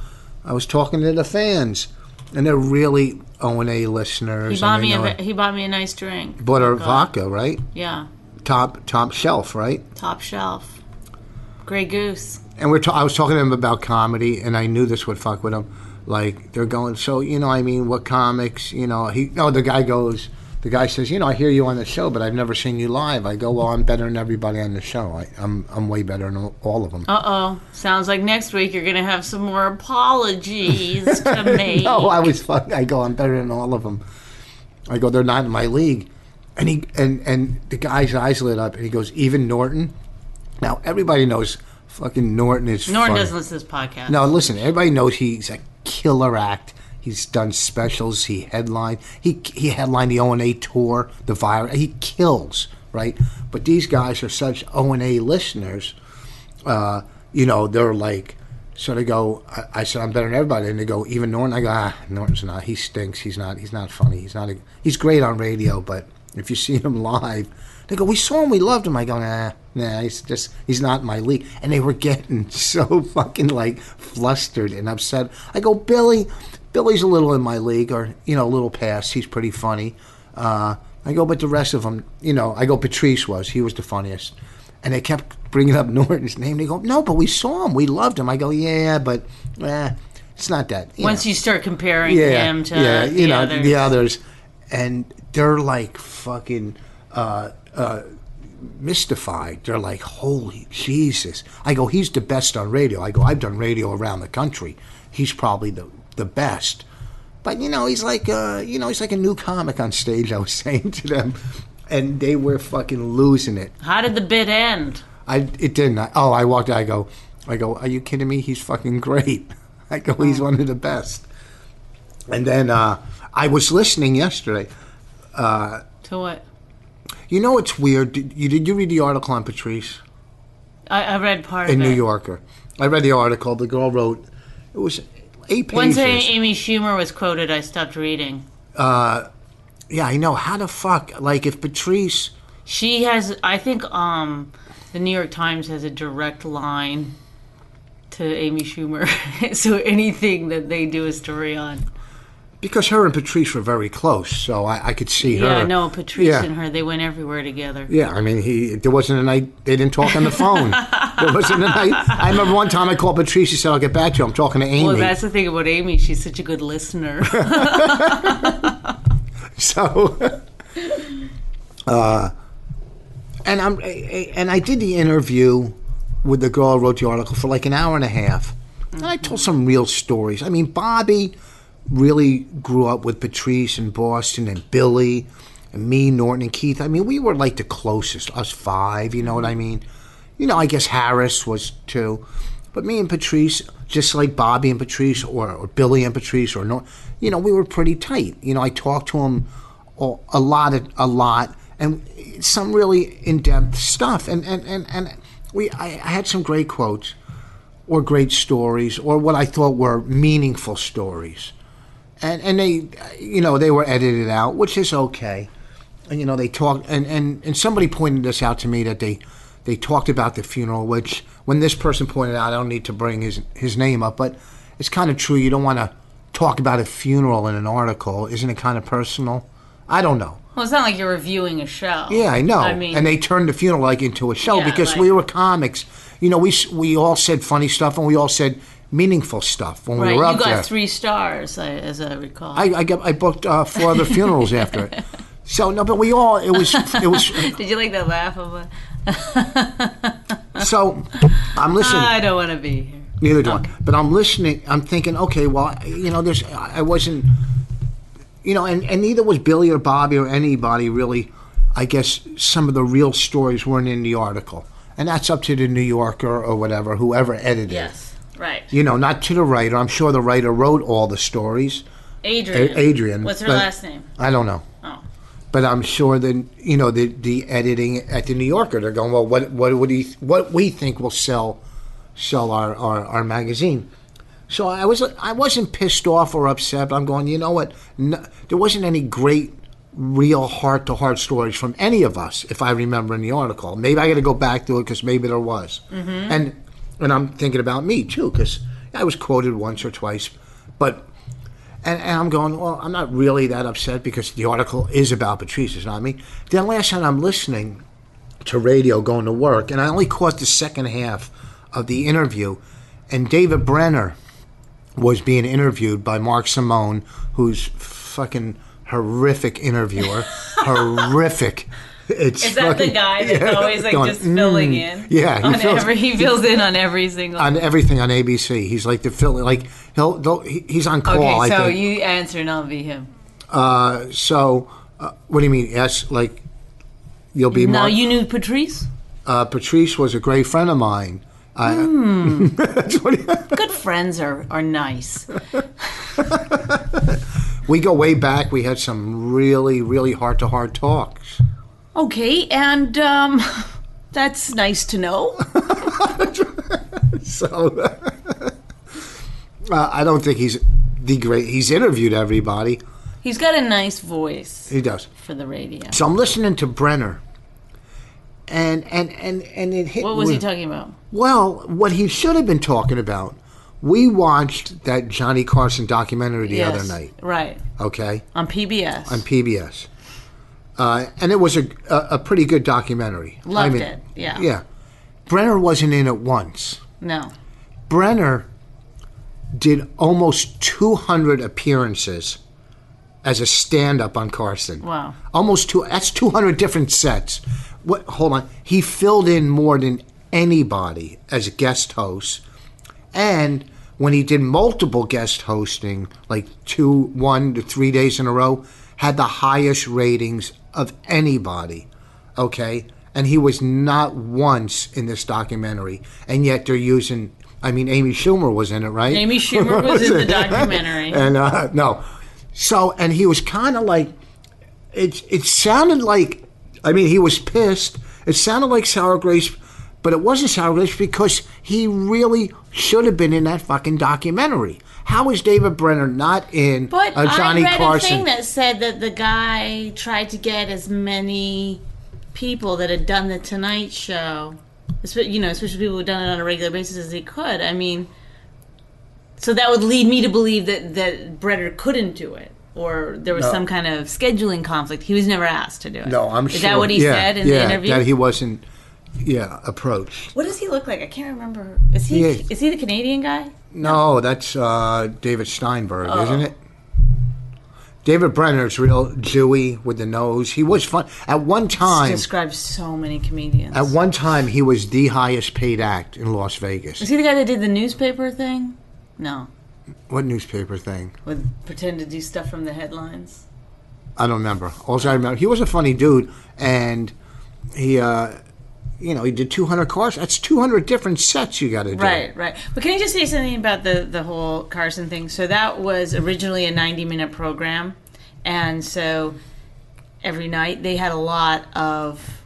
Speaker 2: I was talking to the fans, and they're really O and A listeners.
Speaker 3: He bought
Speaker 2: and they
Speaker 3: me a
Speaker 2: know
Speaker 3: ve-
Speaker 2: it.
Speaker 3: he bought me a nice drink.
Speaker 2: bought her
Speaker 3: God.
Speaker 2: vodka, right?
Speaker 3: Yeah,
Speaker 2: Top top shelf, right?
Speaker 3: top shelf. Grey Goose.
Speaker 2: And we're ta- I was talking to him about comedy, and I knew this would fuck with him. Like they're going, so you know, I mean, what comics? You know, he no, the guy goes. The guy says, "You know, I hear you on the show, but I've never seen you live." I go, "Well, I'm better than everybody on the show. I, I'm I'm way better than all of them."
Speaker 3: Uh oh. Sounds like next week you're gonna have some more apologies to make.
Speaker 2: No, I was fuck. I go, I'm better than all of them. I go, they're not in my league. And he and and the guy's eyes lit up, and he goes, even Norton. Now everybody knows fucking Norton is.
Speaker 3: Norton
Speaker 2: funny.
Speaker 3: doesn't listen to this podcast.
Speaker 2: No, listen. Everybody knows he's a killer act. He's done specials. He headlined. He he headlined the O and A tour. The virus. He kills right. But these guys are such O and A listeners. Uh, you know, they're like. So they go. I, I said I'm better than everybody, and they go even Norton. I go ah, Norton's not. He stinks. He's not. He's not funny. He's not. A, he's great on radio, but if you see him live, they go. We saw him. We loved him. I go nah, nah. He's just. He's not in my league. And they were getting so fucking like flustered and upset. I go Billy. Billy's a little in my league, or you know, a little past. He's pretty funny. Uh, I go, but the rest of them, you know, I go. Patrice was. He was the funniest. And they kept bringing up Norton's name. They go, no, but we saw him. We loved him. I go, yeah, but eh, it's not that. you
Speaker 3: Once
Speaker 2: know."
Speaker 3: you start comparing him to
Speaker 2: yeah, you
Speaker 3: the
Speaker 2: know
Speaker 3: others.
Speaker 2: the others, and they're like fucking uh, uh, mystified. They're like, "Holy Jesus!" I go, "He's the best on radio." I go, "I've done radio around the country. He's probably the the best." But you know, he's like uh, you know, he's like a new comic on stage. I was saying to them, and they were fucking losing it.
Speaker 3: How did the bit end?
Speaker 2: I it didn't. I, oh, I walked. I go. I go. Are you kidding me? He's fucking great. I go. He's one of the best. And then uh, I was listening yesterday.
Speaker 3: To what?
Speaker 2: You know, it's weird. Did you did you read the article on Patrice
Speaker 3: I, I read part
Speaker 2: in
Speaker 3: of it.
Speaker 2: New Yorker? I read the article. The girl wrote. It was eight pages.
Speaker 3: Once Amy Schumer was quoted, I stopped reading.
Speaker 2: yeah, I know. How the fuck? Like if Patrice.
Speaker 3: She has, I think, um, the New York Times has a direct line to Amy Schumer, so anything that they do a story on.
Speaker 2: Because her and Patrice were very close, so I, I could see her.
Speaker 3: Yeah, no, Patrice
Speaker 2: Yeah.
Speaker 3: and her, they went everywhere together.
Speaker 2: Yeah, I mean, he there wasn't a night they didn't talk on the phone. there wasn't a night. I remember one time I called Patrice. She said, "I'll get back to you." I'm talking to Amy.
Speaker 3: Well, that's the thing about Amy; she's such a good listener.
Speaker 2: so, and I'm and I did the interview with the girl who wrote the article for like an hour and a half, and I told some real stories. I mean, Bobby really grew up with Patrice and Boston and Billy and me, Norton and Keith. I mean, we were like the closest, us five. You know what I mean? You know, I guess Harris was too, but me and Patrice, just like Bobby and Patrice, or, or Billy and Patrice, or Norton, you know, we were pretty tight. You know, I talked to him a a lot, of- a lot, and some really in-depth stuff. And and and, and we, I, I had some great quotes, or great stories, or what I thought were meaningful stories, and and they, you know, they were edited out, which is okay. And you know, they talked, and and and somebody pointed this out to me that they. They talked about the funeral, which when this person pointed out, I don't need to bring his his name up, but it's kind of true. You don't want to talk about a funeral in an article, isn't it kind of personal? I don't know.
Speaker 3: Well, it's not like you're reviewing a show.
Speaker 2: Yeah, I know.
Speaker 3: I mean,
Speaker 2: and they turned the funeral like into a show
Speaker 3: Yeah,
Speaker 2: because
Speaker 3: like-
Speaker 2: we were comics. You know, we s- we all said funny stuff and we all said meaningful stuff when
Speaker 3: right,
Speaker 2: we were up
Speaker 3: you got
Speaker 2: there.
Speaker 3: three stars, I, as I recall.
Speaker 2: I I, got, I booked uh, four other funerals after it. So no, but we all it was it was
Speaker 3: Did you like that laugh? Of a,
Speaker 2: so. I'm listening.
Speaker 3: I don't want to be here.
Speaker 2: Neither do I. But I'm listening. I'm thinking, okay, well, you know, there's, I wasn't, you know, and, and neither was Billy or Bobby or anybody really. I guess some of the real stories weren't in the article, and that's up to the New Yorker or whatever, whoever edited. it.
Speaker 3: Yes, right.
Speaker 2: You know, not to the writer. I'm sure the writer wrote all the stories.
Speaker 3: Adrian.
Speaker 2: A- Adrian,
Speaker 3: What's her
Speaker 2: but-
Speaker 3: last name?
Speaker 2: I don't know.
Speaker 3: Oh.
Speaker 2: But I'm sure that you know the the editing at the New Yorker. They're going well. What what would he what we think will sell sell our, our, our magazine? So I was I wasn't pissed off or upset. But I'm going. You know what? No, there wasn't any great real heart to heart stories from any of us, if I remember in the article. Maybe I got to go back to it because maybe there was. And and I'm thinking about me too because I was quoted once or twice, but and, and I'm going, well, I'm not really that upset because the article is about Patrice, it's not me. Then last night I'm listening to radio going to work, and I only caught the second half of the interview, and David Brenner was being interviewed by Mark Simone, who's fucking horrific interviewer, horrific. It's
Speaker 3: Is that the
Speaker 2: fucking-
Speaker 3: guy that's
Speaker 2: Yeah,
Speaker 3: always like
Speaker 2: going,
Speaker 3: just filling
Speaker 2: "Mm."
Speaker 3: in?
Speaker 2: Yeah, he
Speaker 3: on
Speaker 2: fills-
Speaker 3: every he fills in on every single.
Speaker 2: on everything on ABC. He's like the Philly, like he'll, they'll- he- he's on call.
Speaker 3: okay,
Speaker 2: I
Speaker 3: so
Speaker 2: think.
Speaker 3: you answer and I'll be him.
Speaker 2: So, uh, what do you mean? Yes, like you'll be
Speaker 3: No,
Speaker 2: Mark.
Speaker 3: you knew Patrice.
Speaker 2: uh, Patrice was a great friend of mine. I, That's what he-
Speaker 3: Good friends are are nice.
Speaker 2: we go way back. We had some really, really heart to heart talks.
Speaker 3: Okay, and um, that's nice to know.
Speaker 2: So, uh, I don't think he's the great. He's interviewed everybody.
Speaker 3: He's got a nice voice
Speaker 2: He does.
Speaker 3: for the radio.
Speaker 2: So I'm listening to Brenner. And and and and it hit.
Speaker 3: What was he
Speaker 2: me.
Speaker 3: talking about?
Speaker 2: Well, what he should have been talking about. We watched that Johnny Carson documentary the
Speaker 3: Yes,
Speaker 2: other night.
Speaker 3: right
Speaker 2: Okay.
Speaker 3: on PBS.
Speaker 2: on PBS, uh, and it was a, a a pretty good documentary.
Speaker 3: Loved it, yeah.
Speaker 2: Yeah. Brenner wasn't in it once.
Speaker 3: no,
Speaker 2: Brenner did almost 200 appearances as a stand-up on Carson.
Speaker 3: Wow.
Speaker 2: Almost two. That's 200 different sets. What? Hold on. He filled in more than anybody as a guest host, and when he did multiple guest hosting, like two, one to three days in a row, had the highest ratings of anybody. Okay. And he was not once in this documentary, and yet they're using. I mean, Amy Schumer was in it, right?
Speaker 3: Amy Schumer was in the documentary.
Speaker 2: and uh, no, so and he was kind of like, it. It sounded like, I mean, he was pissed. It sounded like sour grapes, but it wasn't sour grapes because he really should have been in that fucking documentary. How is David Brenner not in
Speaker 3: But
Speaker 2: a Uh, Johnny
Speaker 3: I read
Speaker 2: Carson?
Speaker 3: a thing that said that the guy tried to get as many people that had done the Tonight Show, espe- you know, especially people who'd done it on a regular basis, as he could. I mean, so that would lead me to believe that that Brenner couldn't do it, or there was some kind of scheduling conflict. He was never asked to do it.
Speaker 2: no, I'm
Speaker 3: Is
Speaker 2: sure.
Speaker 3: that what he
Speaker 2: yeah,
Speaker 3: said in
Speaker 2: yeah,
Speaker 3: the interview?
Speaker 2: That he wasn't. Yeah, approached.
Speaker 3: what does he look like? I can't remember. Is he
Speaker 2: Yeah.
Speaker 3: is he the Canadian guy? Oh.
Speaker 2: No, that's uh, David Steinberg, isn't it? David Brenner's real dewy with the nose. He was fun. At one time,
Speaker 3: Describes so many comedians.
Speaker 2: at one time, he was the highest paid act in Las Vegas.
Speaker 3: Is he the guy that did the newspaper thing? No,
Speaker 2: What newspaper thing?
Speaker 3: with pretend to do stuff from the headlines.
Speaker 2: I don't remember. Also, I remember he was a funny dude, and he, uh, you know, he did 200 cars. That's 200 different sets you got to do.
Speaker 3: Right, right. But can I just say something about the the whole Carson thing? So that was originally a ninety minute program, and so every night they had a lot of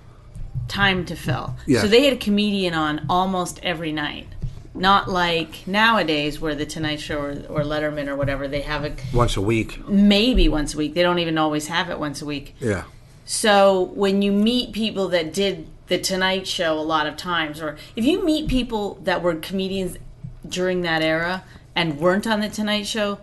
Speaker 3: time to fill.
Speaker 2: Yeah.
Speaker 3: So they had a comedian on almost every night. Not like nowadays, where the Tonight Show or, or Letterman or whatever, they have it
Speaker 2: Once a week.
Speaker 3: maybe once a week. They don't even always have it once a week.
Speaker 2: Yeah.
Speaker 3: So when you meet people that did the Tonight Show a lot of times, or if you meet people that were comedians during that era and weren't on the Tonight Show,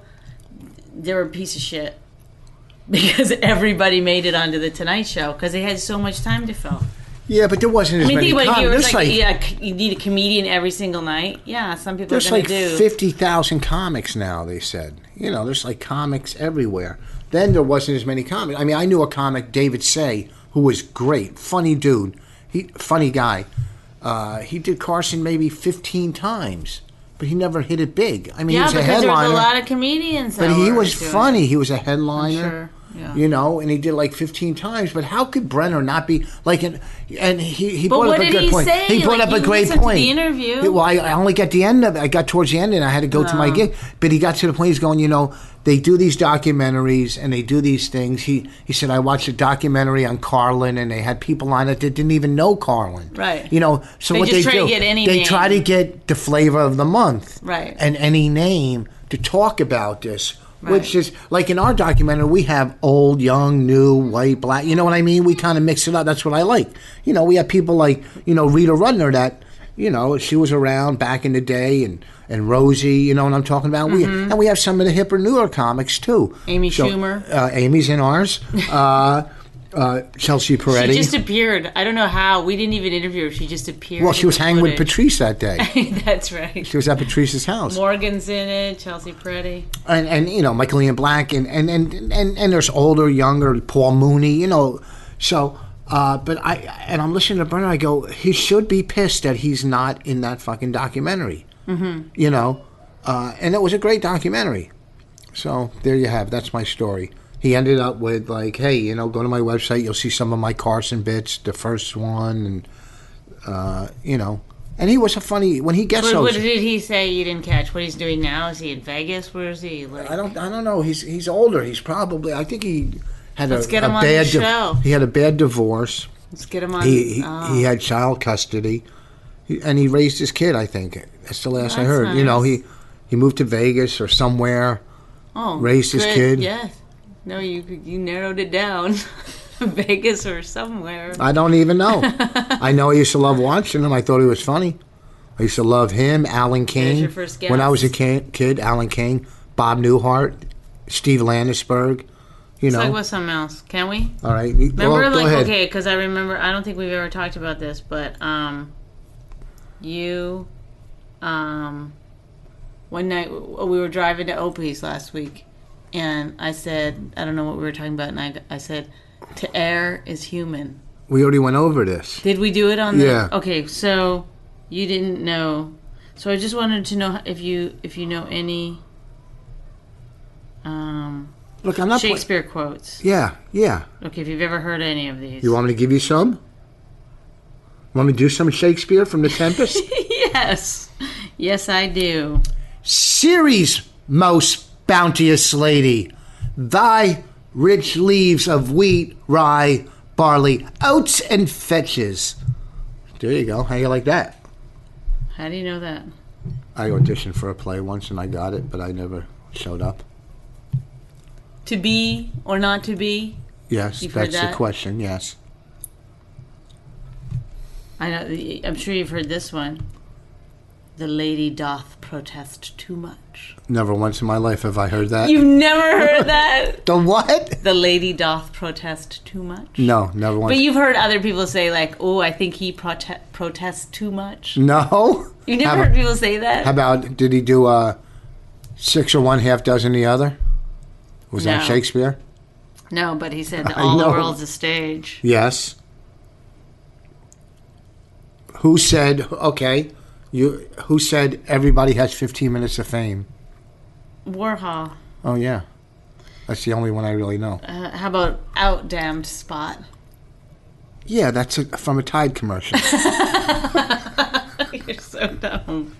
Speaker 3: they were a piece of shit because everybody made it onto the Tonight Show because they had so much time to fill.
Speaker 2: Yeah, but there wasn't as
Speaker 3: I mean,
Speaker 2: many.
Speaker 3: think about it, if
Speaker 2: com-
Speaker 3: you were
Speaker 2: there's
Speaker 3: like, yeah, c- you need a comedian every single night. Yeah, some people are
Speaker 2: There's
Speaker 3: going
Speaker 2: like
Speaker 3: to do.
Speaker 2: 50,000 comics now, they said. You know, there's like comics everywhere. Then there wasn't as many comics. I mean, I knew a comic, David Say, who was great, funny dude, he funny guy. Uh, he did Carson maybe 15 times, but he never hit it big. I mean, he
Speaker 3: yeah,
Speaker 2: was a
Speaker 3: because there was
Speaker 2: headliner.
Speaker 3: a lot of comedians.
Speaker 2: but
Speaker 3: that
Speaker 2: he
Speaker 3: were
Speaker 2: was
Speaker 3: doing it.
Speaker 2: funny. He was a headliner.
Speaker 3: sure, yeah.
Speaker 2: You know, and he did like 15 times. But how could Brenner not be like an? And he he
Speaker 3: But
Speaker 2: brought up
Speaker 3: what
Speaker 2: a
Speaker 3: did
Speaker 2: good
Speaker 3: he
Speaker 2: point.
Speaker 3: say?
Speaker 2: He brought
Speaker 3: Like,
Speaker 2: up a
Speaker 3: you
Speaker 2: great
Speaker 3: listened to
Speaker 2: point.
Speaker 3: the interview?
Speaker 2: Yeah, well, I, I only got the end of. it. I got towards the end, and I had to go to my gig. But he got to the point. He's going, you know, they do these documentaries and they do these things. He he said, I watched a documentary on Carlin, and they had people on it that didn't even know Carlin.
Speaker 3: Right.
Speaker 2: You know, so
Speaker 3: They
Speaker 2: what
Speaker 3: just
Speaker 2: they
Speaker 3: try to
Speaker 2: do,
Speaker 3: get any
Speaker 2: they
Speaker 3: name.
Speaker 2: try to get the flavor of the month
Speaker 3: Right.
Speaker 2: and any name to talk about this which
Speaker 3: Right.
Speaker 2: is like in our documentary we have old young new white black you know what i mean we kind of mix it up that's what i like you know we have people like you know rita rudner that you know she was around back in the day and and rosie you know what i'm talking about we, and we have some of the hipper newer comics too
Speaker 3: Mm-hmm. Amy
Speaker 2: So,
Speaker 3: Schumer.
Speaker 2: uh, amy's in ours uh, uh, chelsea peretti
Speaker 3: She just appeared. I don't know how. We didn't even interview her. She just appeared.
Speaker 2: well she
Speaker 3: in
Speaker 2: was
Speaker 3: the
Speaker 2: hanging with
Speaker 3: footage.
Speaker 2: patrice that day
Speaker 3: That's right.
Speaker 2: she was at patrice's house
Speaker 3: Morgan's in it. Chelsea Pretty.
Speaker 2: and, and you know Michael Ian Black and and, and and and there's older, younger Paul Mooney, you know. So, uh, but I and I'm listening to Brenner. I go, he should be pissed that he's not in that fucking documentary. Mm-hmm. You know, uh, and it was a great documentary. So there you have. it. That's my story. He ended up with like, hey, you know, go to my website. You'll see some of my Carson bits, the first one, and uh, you know. And he was a funny when he gets
Speaker 3: What,
Speaker 2: those.
Speaker 3: what did he say? You didn't catch what he's doing now? Is he in Vegas? Where is he? Like,
Speaker 2: I don't. I don't know. He's he's older. He's probably. I think he had
Speaker 3: Let's
Speaker 2: a,
Speaker 3: get
Speaker 2: a
Speaker 3: him on the
Speaker 2: bad. di-
Speaker 3: show.
Speaker 2: he had a bad divorce.
Speaker 3: let's get him on.
Speaker 2: He he,
Speaker 3: oh.
Speaker 2: he had child custody, he, and he raised his kid. I think that's the last I
Speaker 3: That's
Speaker 2: heard. You know,
Speaker 3: nice.
Speaker 2: he he moved to Vegas or somewhere.
Speaker 3: Oh,
Speaker 2: raised his
Speaker 3: good.
Speaker 2: kid.
Speaker 3: Yes. No, you you narrowed it down. Vegas or somewhere.
Speaker 2: I don't even know. I know I used to love watching him. I thought he was funny. I used to love him, Alan King.
Speaker 3: your first
Speaker 2: When I was a
Speaker 3: guest.
Speaker 2: ki- kid, Alan King, Bob Newhart, Steve Landisberg. You know,
Speaker 3: Let's talk about something else. Can we?
Speaker 2: all right. you- go-
Speaker 3: Remember,
Speaker 2: go
Speaker 3: like,
Speaker 2: ahead.
Speaker 3: okay, because I remember. I don't think we've ever talked about this, but um, you, um, one night w- we were driving to Opie's last week, and I said, I don't know what we were talking about, and I, I said, to err is human.
Speaker 2: We already went over this.
Speaker 3: Did we do it on? the-
Speaker 2: Yeah.
Speaker 3: Okay, so you didn't know. So I just wanted to know if you if you know any um,
Speaker 2: Look, I'm not. pla-
Speaker 3: Shakespeare quotes.
Speaker 2: Yeah, yeah.
Speaker 3: Okay, if you've ever heard any of these.
Speaker 2: You want me to give you some? Want me to do some Shakespeare from The Tempest?
Speaker 3: Yes. Yes, I do.
Speaker 2: Ceres, most bounteous lady, thy rich leaves of wheat, rye, barley, oats, and fetches. There you go. How you like that?
Speaker 3: How do you know that?
Speaker 2: I auditioned for a play once and I got it, but I never showed up.
Speaker 3: To be or not to be?
Speaker 2: Yes,
Speaker 3: You've heard
Speaker 2: that's the
Speaker 3: that?
Speaker 2: question. Yes.
Speaker 3: I know I'm sure you've heard this one. The lady doth protest too much.
Speaker 2: Never once in my life have I heard that.
Speaker 3: You've never heard that?
Speaker 2: the what?
Speaker 3: The lady doth protest too much.
Speaker 2: No, never once.
Speaker 3: But you've heard other people say like, "Oh, I think he prote- protests too much."
Speaker 2: no.
Speaker 3: You never
Speaker 2: Haven't-
Speaker 3: heard people say that?
Speaker 2: How about did he do uh, six or one, half dozen the other? Was that
Speaker 3: No.
Speaker 2: Shakespeare?
Speaker 3: No, but he said that
Speaker 2: I
Speaker 3: all the
Speaker 2: know.
Speaker 3: world's a stage.
Speaker 2: Yes. Who said okay? You who said everybody has 15 minutes of fame?
Speaker 3: Warhol.
Speaker 2: Oh yeah. That's the only one I really know.
Speaker 3: Uh, how about out damned spot?
Speaker 2: Yeah, that's a, from a Tide commercial.
Speaker 3: You're so dumb.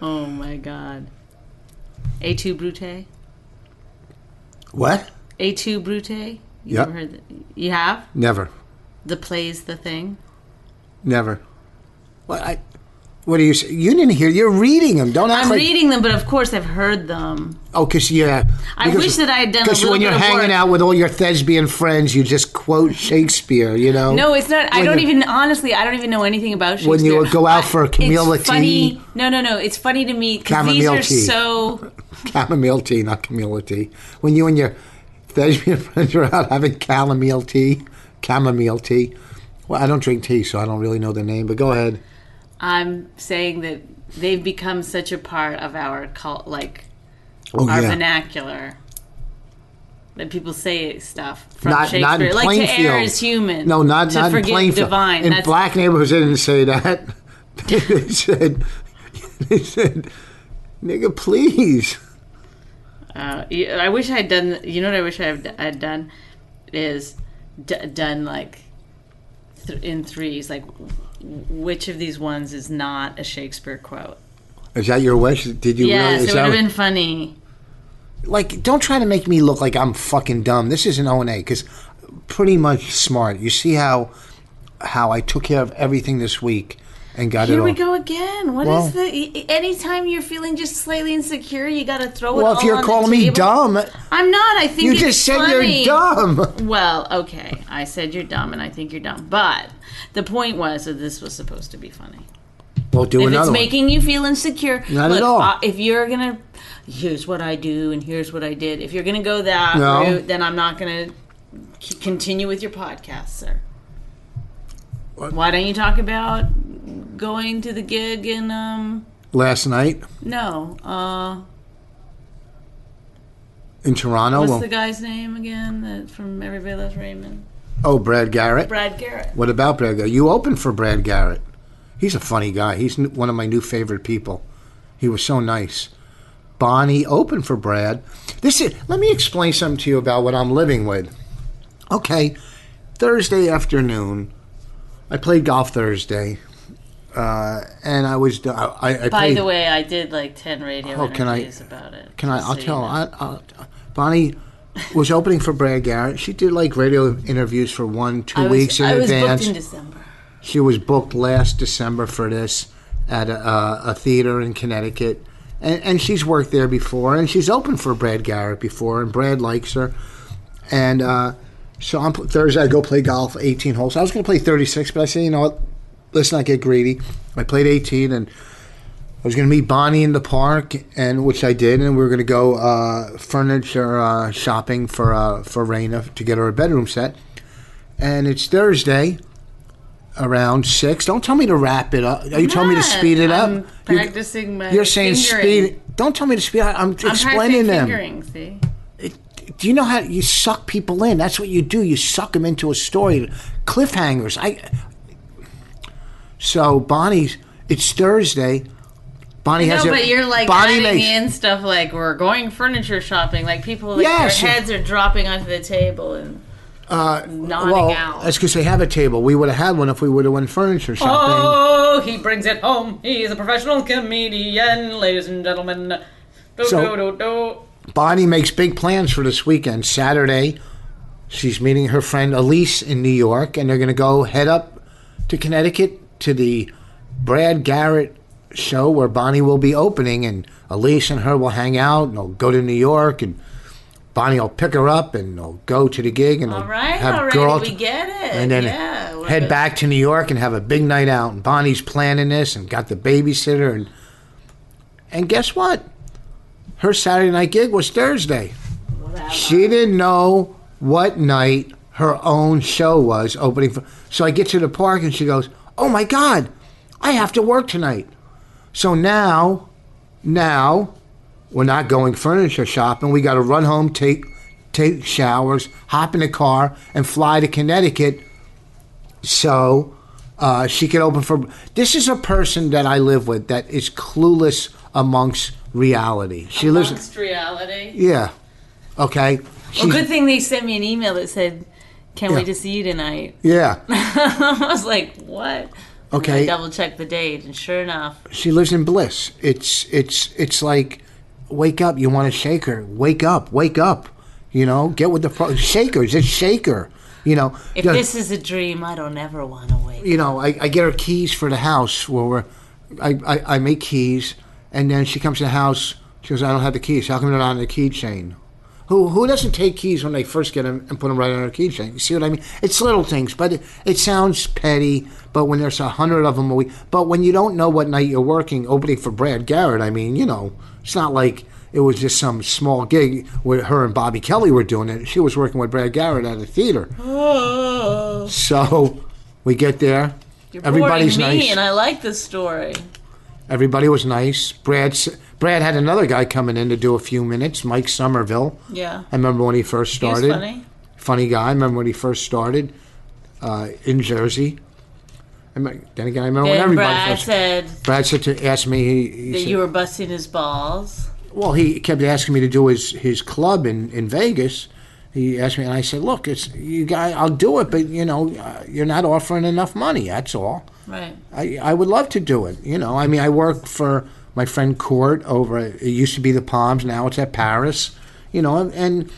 Speaker 3: Oh my god. A2 Brute?
Speaker 2: what?
Speaker 3: A2 Brute? You
Speaker 2: Yeah.
Speaker 3: ever heard that? You have?
Speaker 2: Never.
Speaker 3: The play's the thing?
Speaker 2: Never. What I What do you say? You didn't hear. You're reading them. Don't act
Speaker 3: I'm
Speaker 2: like
Speaker 3: reading them, but of course I've heard them.
Speaker 2: Oh, cause yeah.
Speaker 3: I wish that I had done a
Speaker 2: Because
Speaker 3: little
Speaker 2: when you're
Speaker 3: bit of
Speaker 2: hanging
Speaker 3: work.
Speaker 2: out with all your thespian friends, you just quote Shakespeare. You know.
Speaker 3: No, it's not. I
Speaker 2: When
Speaker 3: don't
Speaker 2: you-
Speaker 3: even honestly. I don't even know anything about Shakespeare.
Speaker 2: When you go out for a
Speaker 3: I-
Speaker 2: Camilla
Speaker 3: it's funny.
Speaker 2: tea.
Speaker 3: No, no, no. It's funny to me because these
Speaker 2: Chamomile
Speaker 3: are
Speaker 2: tea.
Speaker 3: so.
Speaker 2: chamomile tea, not chamomile tea. When you and your thespian friends are out having chamomile tea, chamomile tea. Well, I don't drink tea, so I don't really know the name. But go ahead.
Speaker 3: I'm saying that they've become such a part of our cult, like
Speaker 2: Oh
Speaker 3: our
Speaker 2: yeah,
Speaker 3: vernacular. That people say stuff from
Speaker 2: Not-
Speaker 3: Shakespeare,
Speaker 2: not in
Speaker 3: like to err
Speaker 2: Plainfield.
Speaker 3: is human.
Speaker 2: no, not
Speaker 3: to
Speaker 2: not in
Speaker 3: forgive
Speaker 2: Plainfield.
Speaker 3: divine.
Speaker 2: In
Speaker 3: That's
Speaker 2: black neighborhoods, they didn't say that. they said, they said, nigga, please.
Speaker 3: Uh, yeah, I wish I had done. You know what I wish I had I'd done is d- done like th- in threes. Like, w- which of these ones is not a Shakespeare quote?
Speaker 2: Is that your wish? Did you
Speaker 3: Yes,
Speaker 2: really?
Speaker 3: it
Speaker 2: Is
Speaker 3: would
Speaker 2: that,
Speaker 3: have been funny.
Speaker 2: like, don't try to make me look like I'm fucking dumb. This is an O and A because pretty much smart. You see how how I took care of everything this week and got it
Speaker 3: Here
Speaker 2: all.
Speaker 3: we go again. What is
Speaker 2: Well-
Speaker 3: the? e- e- Anytime you're feeling just slightly insecure, you got to throw it.
Speaker 2: Well, if
Speaker 3: all
Speaker 2: you're
Speaker 3: on the
Speaker 2: calling me
Speaker 3: table.
Speaker 2: dumb,
Speaker 3: I'm not. I think
Speaker 2: you
Speaker 3: it's
Speaker 2: just said you're
Speaker 3: funny.
Speaker 2: dumb.
Speaker 3: Well, okay, I said you're dumb, and I think you're dumb. But the point was that this was supposed to be funny.
Speaker 2: Well, do
Speaker 3: If it's
Speaker 2: another
Speaker 3: making you feel insecure,
Speaker 2: Not
Speaker 3: look,
Speaker 2: at all.
Speaker 3: uh, if you're gonna, here's what I do and here's what I did. If you're gonna go that
Speaker 2: No.
Speaker 3: route, then I'm not gonna c- continue with your podcast, sir. Why don't you talk about going to the gig and um
Speaker 2: one. Last night
Speaker 3: no uh
Speaker 2: in Toronto,
Speaker 3: what's
Speaker 2: Oh, well,
Speaker 3: the guy's name again that from Everybody Loves Raymond
Speaker 2: oh Brad Garrett.
Speaker 3: Brad Garrett
Speaker 2: What about Brad Garrett? You opened for Brad Garrett. He's a funny guy. He's n- one of my new favorite people. He was so nice. Bonnie opened for Brad. This is. Let me explain something to you about what I'm living with. Okay, Thursday afternoon, I played golf Thursday, uh, and I was. do- I, I
Speaker 3: by
Speaker 2: played,
Speaker 3: the way I did like 10 radio
Speaker 2: Oh, can I-
Speaker 3: interviews about it
Speaker 2: Can I?
Speaker 3: just
Speaker 2: I'll
Speaker 3: so you
Speaker 2: tell.
Speaker 3: know.
Speaker 2: I, I'll, Bonnie was opening for Brad Garrett. She did like radio interviews for one, two
Speaker 3: I was,
Speaker 2: weeks in
Speaker 3: I was
Speaker 2: advance.
Speaker 3: booked in December
Speaker 2: she was booked last December for this at a, a, a theater in Connecticut, and, and she's worked there before, and she's opened for Brad Garrett before, and Brad likes her, and uh, so on pl- Thursday I go play golf, eighteen holes. I was going to play thirty six, but I said, you know what, let's not get greedy. I played eighteen, and I was going to meet Bonnie in the park, and which I did, and we were going to go uh, furniture uh, shopping for uh, for Raina to get her a bedroom set. And it's Thursday, around six. Don't tell me to wrap it up. Are you telling me to
Speaker 3: not.
Speaker 2: speed it
Speaker 3: I'm
Speaker 2: up? You're-
Speaker 3: practicing my
Speaker 2: You're, saying
Speaker 3: fingering.
Speaker 2: speed. Don't tell me to speed. up. I'm
Speaker 3: I'm
Speaker 2: explaining
Speaker 3: practicing
Speaker 2: them.
Speaker 3: fingering, see?
Speaker 2: Do you know how you suck people in? That's what you do. You suck them into a story. Cliffhangers. I. So Bonnie's. It's Thursday. Bonnie
Speaker 3: No,
Speaker 2: has. a-
Speaker 3: but you're like
Speaker 2: Bonnie
Speaker 3: adding
Speaker 2: makes-
Speaker 3: in stuff like we're going furniture shopping. Like people, like
Speaker 2: Yes. Uh,
Speaker 3: their heads are dropping onto the table and nodding
Speaker 2: Well,
Speaker 3: out.
Speaker 2: that's because they have a table. We would have had one if we would have went furniture shopping.
Speaker 3: Oh, he brings it home. He is a professional comedian, ladies and gentlemen. Do,
Speaker 2: So-
Speaker 3: do, do, do.
Speaker 2: Bonnie makes big plans for this weekend. Saturday, she's meeting her friend Elise in New York, and they're going to go head up to Connecticut to the Brad Garrett show where Bonnie will be opening, and Elise and her will hang out, and they'll go to New York, and Bonnie will pick her up, and they'll go to the gig, and
Speaker 3: All
Speaker 2: they'll
Speaker 3: right,
Speaker 2: have
Speaker 3: all right,
Speaker 2: girl
Speaker 3: we get it.
Speaker 2: and then
Speaker 3: yeah, we're
Speaker 2: head
Speaker 3: good.
Speaker 2: back to New York and have a big night out. And Bonnie's planning this and got the babysitter and and guess what? Her Saturday night gig was Thursday. She didn't know what night her own show was opening. For, so I get to the park and she goes, "Oh my God, I have to work tonight." So now, now we're not going furniture shopping. We got to run home, take take showers, hop in a car, and fly to Connecticut so uh, she could open for. This is a person that I live with that is clueless amongst reality. She lives.
Speaker 3: Amongst reality.
Speaker 2: Yeah. Okay.
Speaker 3: Well,
Speaker 2: She's-
Speaker 3: good thing they sent me an email that said, "Can't
Speaker 2: Yeah.
Speaker 3: wait to see you tonight."
Speaker 2: yeah.
Speaker 3: I was like, "What?"
Speaker 2: Okay.
Speaker 3: Double check the date, and sure enough,
Speaker 2: She lives in bliss. It's it's it's like, wake up! You want to shake her. Wake up! Wake up! You know, get with the pro- shake her. Just shake her. You know.
Speaker 3: if
Speaker 2: Yeah.
Speaker 3: this is a dream, I don't ever want to wake.
Speaker 2: you know, I, I get her keys for the house where we're, I, I, I make keys, and then she comes to the house. She goes, I don't have the keys. How come they're not on the keychain? Who who doesn't take keys when they first get them and put them right on their keychain? You see what I mean? It's little things, but it, it sounds petty. But when there's a hundred of them a week, but when you don't know what night you're working, opening for Brad Garrett, I mean, you know, it's not like it was just some small gig where her and Bobby Kelly were doing it. She was working with Brad Garrett at a theater. So we get there.
Speaker 3: You're
Speaker 2: Everybody's
Speaker 3: boring me,
Speaker 2: nice.
Speaker 3: and I like this story.
Speaker 2: Everybody was nice. Brad s- Brad had another guy coming in to do a few minutes. Mike Somerville.
Speaker 3: Yeah,
Speaker 2: I remember when he first
Speaker 3: he was
Speaker 2: started.
Speaker 3: funny.
Speaker 2: Funny guy. I remember when he first started uh, in Jersey. I me- then again, I remember when
Speaker 3: And
Speaker 2: everybody
Speaker 3: Brad
Speaker 2: first.
Speaker 3: said
Speaker 2: Brad said to ask me. He, he
Speaker 3: that
Speaker 2: said-
Speaker 3: you were busting his balls.
Speaker 2: well, he kept asking me to do his, his club in, in Vegas. He asked me, and I said, "Look, it's you guy. I'll do it, but you know, uh, you're not offering enough money. That's all."
Speaker 3: Right.
Speaker 2: I, I would love to do it. You know, I mean, I work for my friend Court over. It used to be the Palms, now it's at Paris. You know, and, and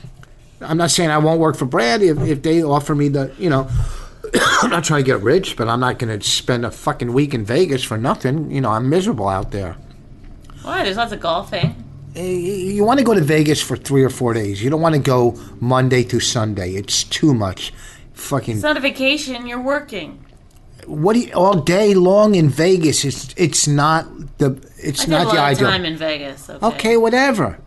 Speaker 2: I'm not saying I won't work for Brad if, if they offer me the. You know, I'm not trying to get rich, but I'm not going to spend a fucking week in Vegas for nothing. You know, I'm miserable out there.
Speaker 3: Why? There's lots of golfing.
Speaker 2: Eh, You want to go to Vegas for three or four days. You don't want to go Monday through Sunday. It's too much. Fucking
Speaker 3: It's not a vacation. You're working.
Speaker 2: what do you, all day long in Vegas? It's it's not the it's
Speaker 3: I did
Speaker 2: not
Speaker 3: a lot
Speaker 2: the
Speaker 3: of
Speaker 2: ideal.
Speaker 3: time in Vegas. Okay.
Speaker 2: Okay, whatever.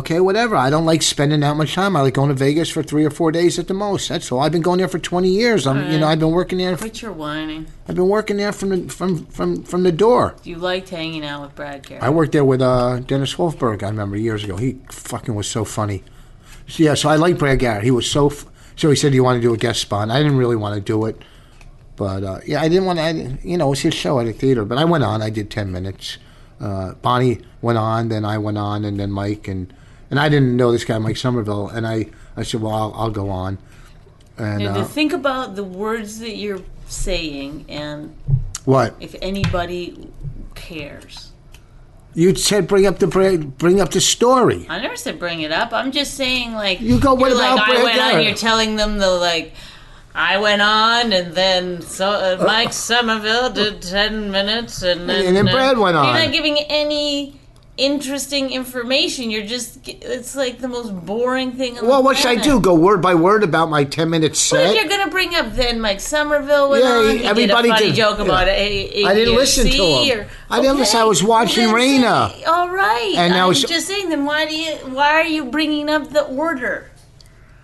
Speaker 2: Okay, whatever. I don't like spending that much time. I like going to Vegas for three or four days at the most. That's all. I've been going there for twenty years. I'm, you know, I've been working there.
Speaker 3: Quit your whining.
Speaker 2: I've been working there from the from from from the door.
Speaker 3: You liked hanging out with Brad Garrett.
Speaker 2: I worked there with uh, Dennis Wolfberg. I remember years ago. He fucking was so funny. So, yeah, so I like Brad Garrett. He was so. F- so he said, "Do you want to do a guest spot?" And I didn't really want to do it, but uh, yeah, I didn't want to. I, didn't- you know, it was his show at a theater. But I went on. I did ten minutes. Uh, Bonnie went on, then I went on, and then Mike and and I didn't know this guy Mike Somerville. And I I said, "Well, I'll, I'll go on." And
Speaker 3: Now, to
Speaker 2: uh,
Speaker 3: think about the words that you're saying and
Speaker 2: what
Speaker 3: if anybody cares.
Speaker 2: you said? Bring up the Brad- bring up the story.
Speaker 3: I never said bring it up. I'm just saying, like,
Speaker 2: You go,
Speaker 3: are
Speaker 2: "What about
Speaker 3: like, I
Speaker 2: Brad
Speaker 3: went on,
Speaker 2: Garrett?"
Speaker 3: you're telling them the, like, I went on, and then so uh, Mike Somerville did 10 minutes, and then,
Speaker 2: And then
Speaker 3: uh,
Speaker 2: Brad went on.
Speaker 3: You're not giving any interesting information. You're just, g- it's like the most boring thing. On
Speaker 2: Well,
Speaker 3: the
Speaker 2: what should I
Speaker 3: planet.
Speaker 2: do? Go word by word about my ten minute set?
Speaker 3: But if you're gonna bring up then Mike Somerville went
Speaker 2: Yeah,
Speaker 3: on,
Speaker 2: he-
Speaker 3: he
Speaker 2: everybody
Speaker 3: did a funny
Speaker 2: did.
Speaker 3: joke about
Speaker 2: Yeah.
Speaker 3: it.
Speaker 2: I didn't listen to him.
Speaker 3: Or,
Speaker 2: I didn't listen. I was watching
Speaker 3: then
Speaker 2: Raina.
Speaker 3: say- All right,
Speaker 2: And
Speaker 3: and
Speaker 2: I
Speaker 3: I'm
Speaker 2: was-
Speaker 3: just saying. Then why do you? Why are you bringing up the order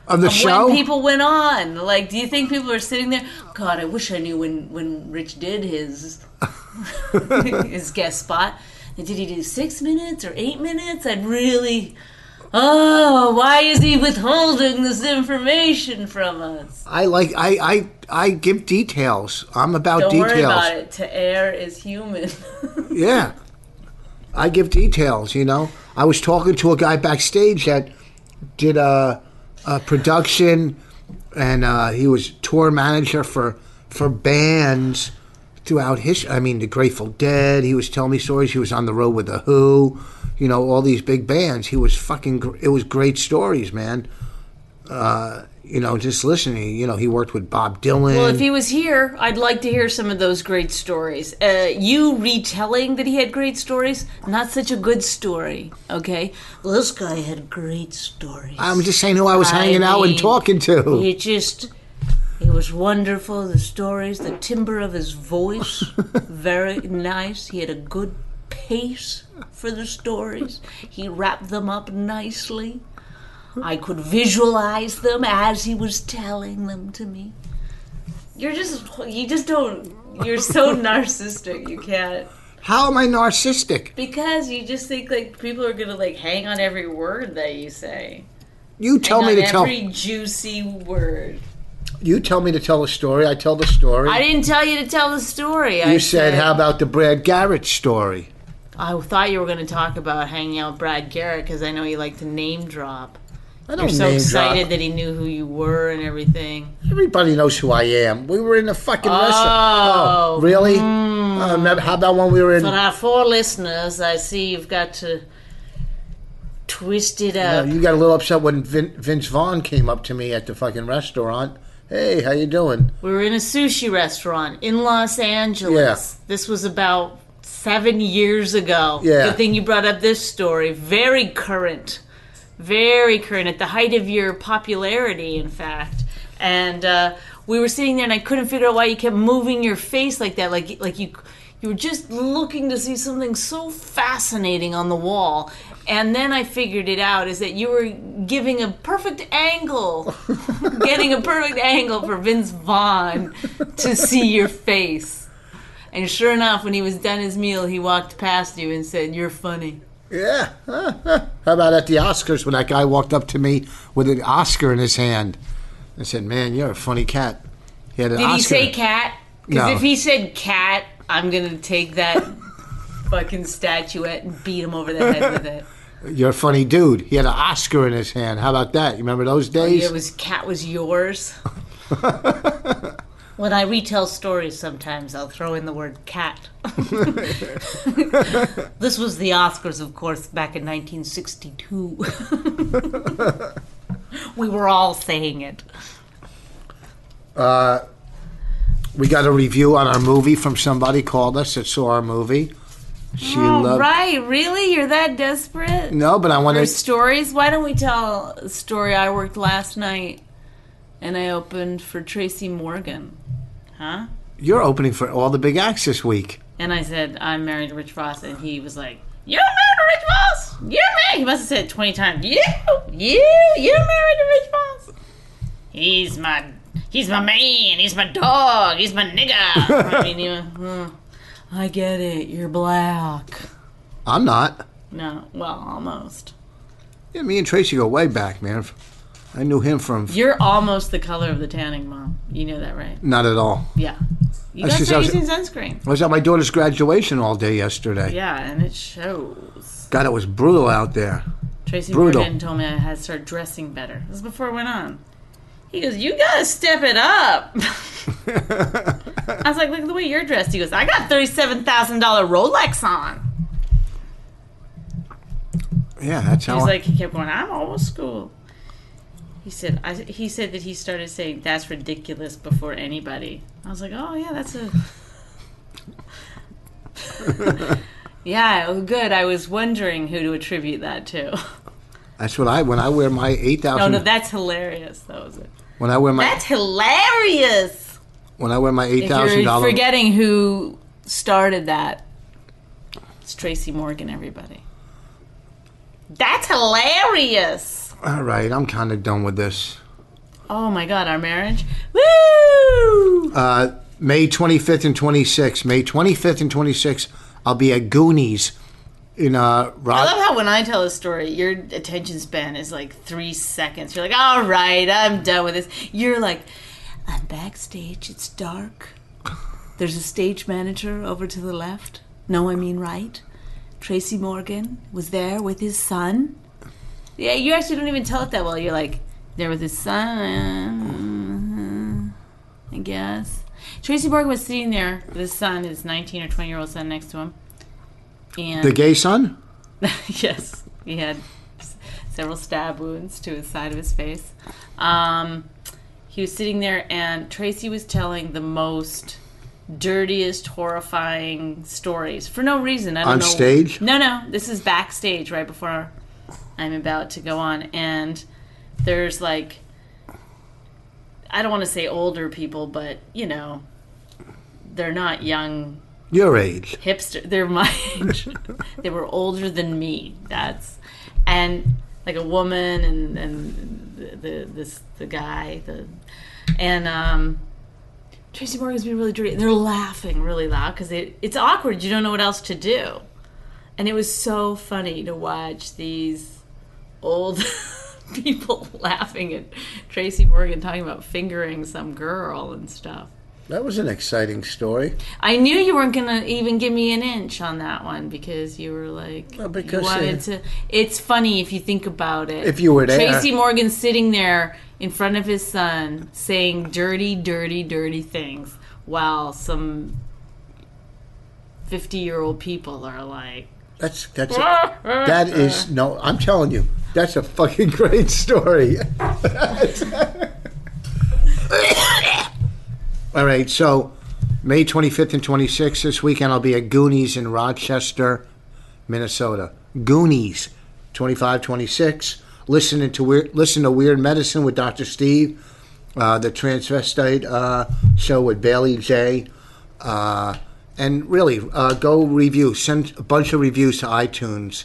Speaker 2: of the
Speaker 3: of
Speaker 2: show?
Speaker 3: when people went on? Like, do you think people are sitting there? God, I wish I knew when when Rich did his his guest spot. And Did he do six minutes or eight minutes? I'd really. Oh, why is he withholding this information from us?
Speaker 2: I like I, I I give details. I'm about
Speaker 3: Don't
Speaker 2: details.
Speaker 3: worry about it. To err is human.
Speaker 2: Yeah. I give details, you know. I was talking to a guy backstage that did a, a production and uh, he was tour manager for for bands throughout his I mean the Grateful Dead, he was telling me stories, he was on the road with the Who, you know, all these big bands. He was fucking gr- it was great stories, man. Uh, you know, just listening, you know, he worked with Bob Dylan.
Speaker 3: well, if he was here, I'd like to hear some of those great stories. Uh, you retelling that he had great stories, not such a good story, okay? Well, this guy had great stories.
Speaker 2: I'm just saying who I was
Speaker 3: I
Speaker 2: hanging out and
Speaker 3: mean,
Speaker 2: talking to.
Speaker 3: He just. It was wonderful, the stories, the timbre of his voice, very nice. He had a good pace for the stories. He wrapped them up nicely. I could visualize them as he was telling them to me. You're just, you just don't, you're so narcissistic, you can't.
Speaker 2: How am I narcissistic?
Speaker 3: Because you just think like people are gonna like hang on every word that you say.
Speaker 2: you tell me
Speaker 3: Hang
Speaker 2: to
Speaker 3: on,
Speaker 2: tell
Speaker 3: every juicy word.
Speaker 2: you tell me to tell a story. I tell the story.
Speaker 3: I didn't tell you to tell the story.
Speaker 2: you
Speaker 3: I
Speaker 2: said, "How about the Brad Garrett story?"
Speaker 3: I thought you were going to talk about hanging out with Brad Garrett because I know you like to name drop.
Speaker 2: I don't
Speaker 3: You're so
Speaker 2: name
Speaker 3: excited
Speaker 2: drop.
Speaker 3: that he knew who you were and everything.
Speaker 2: Everybody knows who I am. We were in a fucking
Speaker 3: Oh. Hmm.
Speaker 2: restaurant. Oh, really? Uh, remember- how about when we were in?
Speaker 3: But our four listeners, I see you've got to twist it
Speaker 2: Uh,
Speaker 3: up.
Speaker 2: you got a little upset when Vin, Vince Vaughn came up to me at the fucking restaurant. Hey, how you doing?
Speaker 3: we were in a sushi restaurant in Los Angeles. This was about seven years ago.
Speaker 2: Yeah.
Speaker 3: Good thing you brought up this story. Very current. Very current. At the height of your popularity, in fact. And uh, we were sitting there, and I couldn't figure out why you kept moving your face like that. Like, like you. You were just looking to see something so fascinating on the wall, and then I figured it out is that you were giving a perfect angle getting a perfect angle for Vince Vaughn to see your face. And sure enough, when he was done his meal, he walked past you and said, "You're funny."
Speaker 2: Yeah. How about at the Oscars when that guy walked up to me with an Oscar in his hand and said, "Man, you're a funny cat." He had an
Speaker 3: Did
Speaker 2: Oscar.
Speaker 3: he say cat? Because
Speaker 2: No.
Speaker 3: if he said cat, I'm gonna take that fucking statuette and beat him over the head with it.
Speaker 2: "You're a funny dude." He had an Oscar in his hand. How about that? You remember those days?
Speaker 3: Oh, It was cat was yours. when I retell stories, sometimes I'll throw in the word cat. this was the Oscars, of course, back in 1962. we were all saying it.
Speaker 2: we got a review on our movie from somebody called us that saw our movie. She loved.
Speaker 3: Oh, Right? Really? You're that desperate?
Speaker 2: No, but I want
Speaker 3: Or
Speaker 2: to.
Speaker 3: stories? Why don't we tell a story I worked last night and I opened for Tracy Morgan? Huh?
Speaker 2: You're opening for all the big acts this week.
Speaker 3: And I said, I'm married to Rich Voss. And he was like, You're married to Rich Voss? You're married. He must have said it 20 times. You, you, you're married to Rich Voss. He's my, he's my man. He's my dog. He's my nigga. I mean, you hmm. I get it. You're black.
Speaker 2: I'm not.
Speaker 3: No, well, almost.
Speaker 2: Yeah, me and Tracy go way back, man. I knew him from
Speaker 3: You're almost the color of the tanning, Mom. You know that, right?
Speaker 2: not at all.
Speaker 3: Yeah. You
Speaker 2: That's
Speaker 3: gotta
Speaker 2: just
Speaker 3: start
Speaker 2: how-
Speaker 3: using sunscreen.
Speaker 2: I was at my daughter's graduation all day yesterday.
Speaker 3: Yeah, and it shows.
Speaker 2: God, it was brutal out there.
Speaker 3: Tracy
Speaker 2: Brutal.
Speaker 3: Morgan told me I had to start dressing better. This is before I went on. He goes, You gotta step it up. I was like, Look at the way you're dressed. He goes, I got $37,000 Rolex on.
Speaker 2: Yeah, that's
Speaker 3: He
Speaker 2: how.
Speaker 3: was
Speaker 2: I-
Speaker 3: like, He kept going, I'm old school. He said, I, he said that he started saying that's ridiculous before anybody. I was like, oh yeah, that's a yeah, oh, good. I was wondering who to attribute that to.
Speaker 2: that's what I when I wear my eight
Speaker 3: Oh
Speaker 2: thousand.
Speaker 3: no, that's hilarious. That was it.
Speaker 2: when I wear my
Speaker 3: That's hilarious.
Speaker 2: when I wear my eight thousand
Speaker 3: You're
Speaker 2: dollar.
Speaker 3: forgetting who started that. It's Tracy Morgan, everybody. That's hilarious.
Speaker 2: All right, I'm kind of done with this.
Speaker 3: Oh my god, our marriage. Woo!
Speaker 2: Uh, May 25th and 26th. May 25th and 26th. I'll be at Goonies in uh.
Speaker 3: I
Speaker 2: Rod-
Speaker 3: love how when I tell a story, your attention span is like three seconds. You're like, all right, I'm done with this. You're like, I'm backstage. It's dark. There's a stage manager over to the left. No, I mean right. Tracy Morgan was there with his son. Yeah, you actually don't even tell it that well. You're like, there with his son, I guess. Tracy Morgan was sitting there with his son, his 19 or 20 year old son next to him. And
Speaker 2: the gay son.
Speaker 3: yes, he had s- several stab wounds to his side of his face. Um, he was sitting there, and Tracy was telling the most dirtiest, horrifying stories for no reason. I don't
Speaker 2: On
Speaker 3: know.
Speaker 2: stage?
Speaker 3: No, no. This is backstage, right before I'm about to go on, and there's like. I don't want to say older people, but you know, they're not young
Speaker 2: Your age.
Speaker 3: hipster. They're my age. they were older than me. That's and like a woman and and the, the this the guy the and um. Tracy Morgan's being really dirty. They're laughing really loud because it's awkward. You don't know what else to do, and it was so funny to watch these old people laughing at Tracy Morgan talking about fingering some girl and stuff.
Speaker 2: That was an exciting story.
Speaker 3: I knew you weren't gonna even give me an inch on that one because you were like
Speaker 2: Well, because,
Speaker 3: you wanted
Speaker 2: uh,
Speaker 3: to. It's funny if you think about it.
Speaker 2: If you were there.
Speaker 3: Tracy Morgan sitting there in front of his son saying dirty, dirty, dirty things, while some fifty-year-old people are like,
Speaker 2: That's that's that is no. I'm telling you, that's a fucking great story. All right, so May 25th and 26th this weekend, I'll be at Goonies in Rochester, Minnesota. Goonies, 25, 26. Listening to weird, listen to Weird Medicine with Dr. Steve, uh, the transvestite uh, show with Bailey J. Uh, and really, uh, go review. Send a bunch of reviews to iTunes.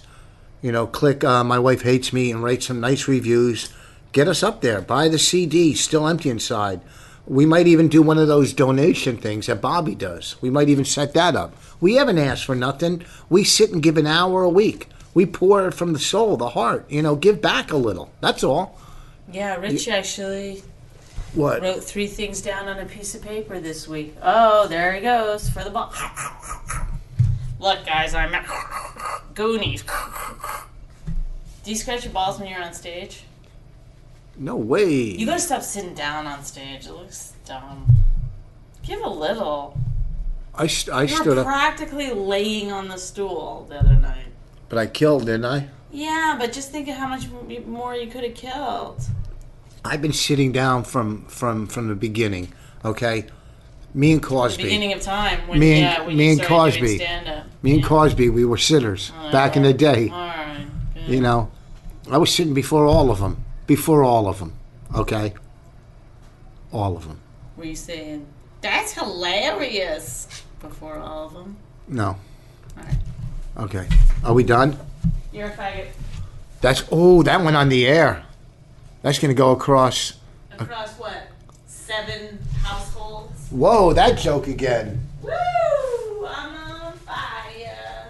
Speaker 2: You know, click uh, My Wife Hates Me and write some nice reviews. Get us up there. Buy the CD, still empty inside. We might even do one of those donation things that Bobby does. We might even set that up. We haven't asked for nothing. We sit and give an hour a week. We pour it from the soul, the heart. You know, give back a little. That's all.
Speaker 3: "Yeah, Rich actually
Speaker 2: What?
Speaker 3: wrote three things down on a piece of paper this week. Oh, there he goes for the ball. Look, guys, I'm Goonies. Do you scratch your balls when you're on stage?
Speaker 2: No way.
Speaker 3: You gotta stop sitting down on stage. It looks dumb. Give a little.
Speaker 2: I, st- I
Speaker 3: You
Speaker 2: stood
Speaker 3: were
Speaker 2: up,
Speaker 3: practically laying on the stool the other night.
Speaker 2: but I killed, didn't I?
Speaker 3: Yeah, but just think of how much m- more you could have killed.
Speaker 2: I've been sitting down from from from the beginning. Okay, me and
Speaker 3: The
Speaker 2: Cosby.
Speaker 3: beginning of time when
Speaker 2: Me and-
Speaker 3: yeah, when
Speaker 2: me
Speaker 3: you
Speaker 2: and
Speaker 3: started doing
Speaker 2: Cosby.
Speaker 3: stand-up.
Speaker 2: me and Cosby, we were sitters
Speaker 3: Oh,
Speaker 2: back in the day.
Speaker 3: All right. good.
Speaker 2: You know, I was sitting before all of them. Before all of them. Okay, all of them.
Speaker 3: Were you saying that's hilarious before all of them?
Speaker 2: No.
Speaker 3: Alright.
Speaker 2: Okay. Are we done?
Speaker 3: You're a faggot.
Speaker 2: That's oh, that went on the air. That's gonna go across.
Speaker 3: Across what? Seven households.
Speaker 2: Whoa, that joke again.
Speaker 3: Woo! I'm on fire.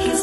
Speaker 1: He's